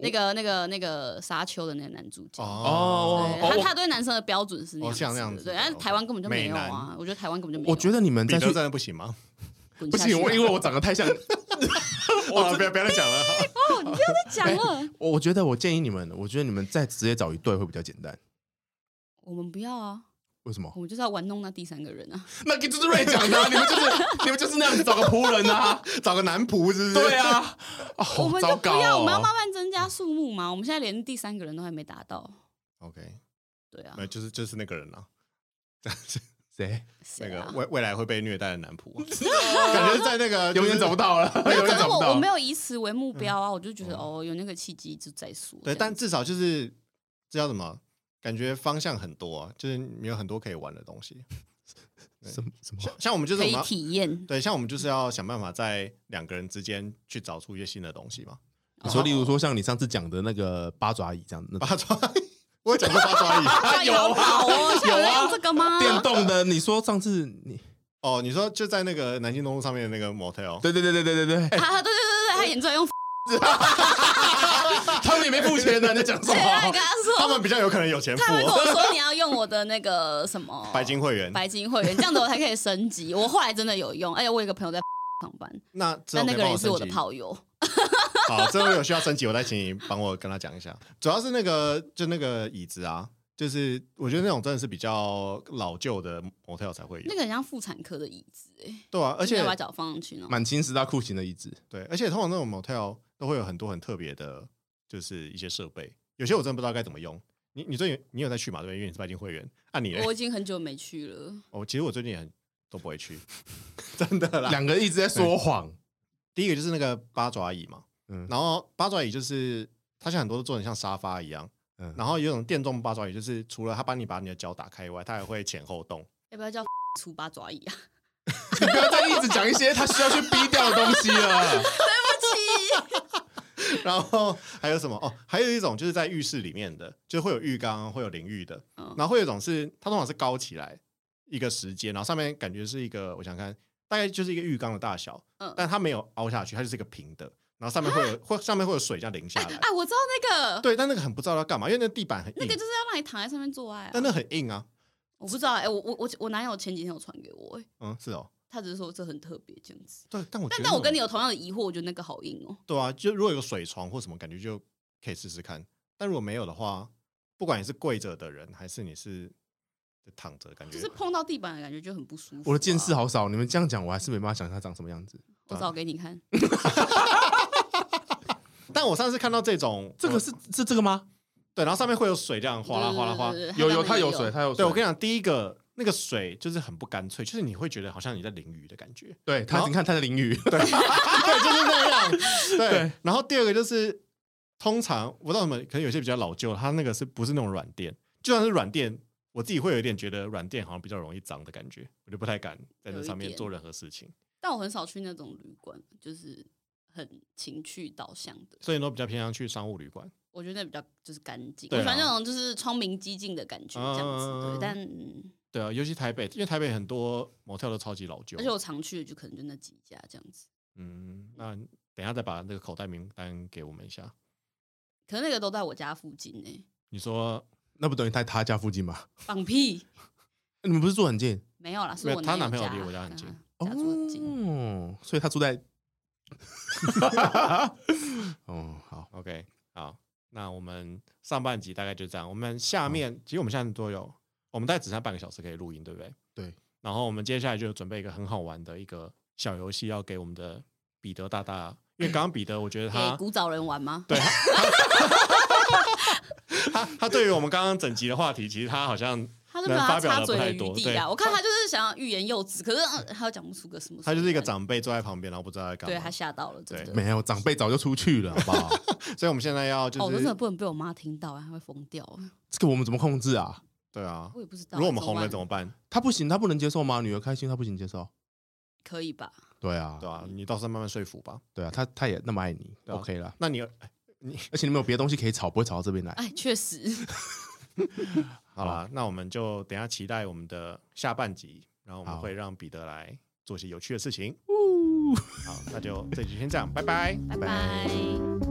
S3: 那个、那个、那个沙丘的那个男主角。
S1: 哦
S3: 对
S2: 哦
S3: 他
S2: 我
S3: 他对男生的标准是那样
S1: 哦像那样
S3: 子
S1: 子
S3: 的对，
S1: 的
S3: 但是台湾根本就没有
S1: 美
S3: 啊
S1: 男！
S3: 我觉得台湾根本就没有。
S2: 我觉得你们
S1: 彼
S2: 再
S1: 得
S2: 去
S1: 真的不行吗？
S3: 滚
S2: 不
S3: 下去
S2: 行，
S3: 吧
S2: 我因为我长得太像，
S1: *laughs* 我不要不要再讲 *laughs* 了，
S3: 哦，你不要再
S1: *laughs*
S3: 讲
S1: 哎
S3: 了，
S2: *laughs* 我我觉得我建议你们，我觉得你们再直接找一对会比较简单。
S3: 我们不要啊，
S2: 为什么？
S3: 我们就是要玩弄那第三个人啊。
S2: 那个就是瑞讲 *laughs* 的啊、你们就是你们就是那样子找个仆人 *laughs* 啊，
S1: 找个男仆是不是？
S2: 对，啊，哦
S3: 我们就
S2: 糟
S3: 不
S2: 糕
S3: 要，
S2: 哦
S3: 我们要慢慢增
S1: 嗯
S3: 加数目嘛。我们现在连第三个人都还没达到，
S1: OK，
S3: 对啊
S1: 那，就是就是那个人啊，
S2: 谁？
S1: 那
S3: 谁
S1: 个
S3: 啊？
S1: 未未来会被虐待的男仆 *laughs* 啊，感觉在那 *laughs* 个
S2: *laughs* 永远找不。到了，
S3: 没有，
S2: 永
S3: 可
S2: 远
S3: 是
S2: 找不
S3: 我我
S2: 到
S3: 没。有以此为目标啊，我就觉得哦，有那个契机就再说。
S1: 对，
S3: 这样
S1: 但至少就是这叫什么？感觉方向很多啊，就是你有很多可以玩的东西。
S2: 什么什么？
S1: 像像我们就是
S3: 可
S1: 我
S3: 以
S1: 们要
S3: 体验。
S1: 对，像我们就是要想办法在两个人之间去找出一些新的东西嘛。
S2: 你说，例如说像你上次讲的那个八爪椅这样， *laughs* 那
S1: 八爪鱼，我有讲过八爪
S3: 八
S1: 鱼
S3: 爪鱼好老哦，现在有在用这个
S2: *laughs*
S3: 吗？
S2: 电动的，你说上次你
S1: 哦，你说就在那个南京东路上面的那个
S3: *laughs*
S1: motel，
S2: *laughs* 对对对对对对对，
S3: 啊，对对对对，他演出来用，
S2: *laughs* 他们也没付钱呢，啊你在讲什 *laughs*
S3: 对， *laughs* 他还
S2: 么？
S3: 跟他
S1: 他
S3: 说，
S1: 们比较有可能有钱付
S3: 他还跟
S1: 哦、
S3: 我说你要用我的那个什么
S1: 白金会员。
S3: 白金会员，这样子我才可以升级。我后来真的有用，而且我有一个朋友在 *laughs* 上班，
S1: 那之后
S3: 但那
S1: 可以
S3: 个
S1: 哦帮
S3: 人
S1: 我
S3: 是
S1: 升
S3: 我的
S1: 级。
S3: 炮友。
S1: 好，之后有需要升级，我再请你帮我跟他讲一下。主要是那个就那个椅子啊，就是我觉得那种真的是比较老旧的 motel 才会有
S3: 那。个很像妇产科的椅子，哎，
S1: 对嗯啊，而
S3: 你
S1: 且
S3: 要把脚放上去呢。
S2: 满清十大酷刑的椅子，
S1: 对，而且通常那种 motel 都会有很多很特别的，就是一些设备，有些我真的不知道该怎么用。你你最近你有在去嘛？对不对，因为你是白金会员。啊你嘞，
S3: 我已经很久没去了，
S1: 我、其实我最近也很都不会去，真的啦。
S2: 两个人一直在说谎，
S1: 第一个就是那个八爪椅嘛，
S2: 嗯
S1: 然后八爪椅就是它现在很多都做成像沙发一样，
S2: 嗯
S1: 然后有一种电动八爪椅，就是除了它帮你把你的脚打开以外，它还会前后动。
S3: 要不要叫 *laughs* 出八爪椅啊？
S2: 你不要再一直讲一些他需要去逼掉的东西 *laughs* 了。
S1: 然后还有什么？哦，还有一种就是在浴室里面的，就会有浴缸，会有淋浴的。
S3: 嗯
S1: 然后会有一种是它通常是高起来一个时间，然后上面感觉是一个，我想看，大概就是一个浴缸的大小，
S3: 嗯啊
S1: 但它没有凹下去，它就是一个平的，然后上面会有会上面会有水这样淋
S3: *laughs*
S1: 下来。
S3: 哎，我知道那个，
S1: 对，但那个很不知道要干嘛，因为那地板很
S3: 那
S1: 硬，
S3: 个就是要让你躺在上面做爱啊
S1: 嗯但。那很硬啊。
S3: 我不知道，哎，我我我我男友前几天有传给我，哎，
S1: 嗯，是哦，
S3: 他只是说这很特别这样子。
S1: 对，但我觉
S3: 但
S1: 得
S3: 但我跟你
S1: 有
S3: 有同样的疑惑，我觉得那个好硬哦。
S1: 对啊，就如果有水床或什么，感觉就可以试试看。但如果没有的话，不管你是跪着的人，还是你是躺着，感觉
S3: 就是碰到地板的感觉就很不舒服啊、
S2: 我的见识好少，你们这样讲，我还是没办法想象他长什么样子。
S3: 我找给你看。
S1: 但我上次看到这种，
S2: 这个
S1: 我
S2: 是是这个吗？
S1: 对，然后上面会有水这样哗啦哗啦哗。
S3: 对对对对
S2: 有
S3: 他
S2: 有，
S3: 们
S2: 他
S3: 也有
S2: 有水，他有水。
S1: 对我跟你讲，第一个那个水就是很不干脆，就是你会觉得好像你在淋雨的感觉，
S2: 对他，你看他在淋 *laughs* 雨，
S1: 对，就是那样。 *laughs* 对，
S2: 对
S1: 然后第二个就是，通常我不知道什么，可能有些比较老旧，它那个是不是那种软垫？就算是软垫，我自己会有一点觉得软垫好像比较容易脏的感觉，我就不太敢在那上
S3: 有一
S1: 面
S3: 点
S1: 做任何事情，
S3: 但我很少去那种旅馆，就是很情趣导向的，
S1: 所以都比较偏向去商务旅馆。
S3: 我觉得那比较就是干净。
S1: 对啊
S3: 我喜欢那种就是窗明几净的感觉，这样子。
S1: 嗯
S3: 对，但嗯
S1: 对啊，尤其台北，因为台北很多 motel 都超级老旧
S3: 而。且我常去的就可能就那几家这样子，
S1: 嗯，那等一下再把那个口袋名单给我们一下。
S3: 可能那个都在我家附近呢、
S1: 你说
S2: 那不等于在他家附近吗？
S3: 放屁。
S2: 你们不是住很近？
S3: 没有啦，是
S1: 没有
S3: 我
S1: 她
S3: 男
S1: 男朋友
S3: 家
S1: 离我家很近，
S3: 跟他家住很近。
S2: 哦，所以他住 *laughs* 在。哦，好，
S1: OK，好，那我们上半集大概就这样。我们下面、其实我们现在都有，我们大概只剩下半个小时可以录音，对不对？
S2: 对。
S1: 然后我们接下来就准备一个很好玩的一个小游戏，要给我们的彼得大大，因为刚刚彼得我觉得
S3: 给
S1: 他
S3: 古早人玩吗？
S1: 对他他对于我们刚刚整集的话题，其实他好像
S3: 他就没有他插嘴
S1: 能发表的
S3: 的
S1: 不太
S3: 余
S1: 多
S3: 地
S1: 对
S3: 啊！我看他就是想要欲言又止，可是、嗯、他又讲不出个什么。
S1: 他就是一个，长辈坐在旁边，然后不知道在干
S3: 对
S1: 嘛
S3: 他。吓到了，真
S1: 对
S3: 的。
S2: 没有长辈早就出去了，好不好？
S1: 所以我们现在要就
S3: 哦，我真
S1: 是、
S3: 的不能被我妈听到啊，她会疯掉啊。
S2: 这个我们怎么控制啊？
S1: 对啊
S3: 我，也不知道啊。
S1: 如果我们红了怎
S3: 么
S1: 么办？
S2: 他不行，他不能接受吗？女儿开心，他不行接受。
S3: 办可以吧？
S2: 对啊
S1: 对，啊，你到时候慢慢说服吧。
S2: 对啊，他他也那么爱你
S1: 对啊
S2: ，OK 了。
S1: 那你
S2: 而且你们有别的东西可以吵，不会吵到这边来。
S3: 哎，确实，
S1: *laughs* 好了，那我们就等一下期待我们的下半集，然后我们
S2: 好
S1: 会让彼得来做一些有趣的事情。好，那就这集先这样，拜拜。
S3: 拜拜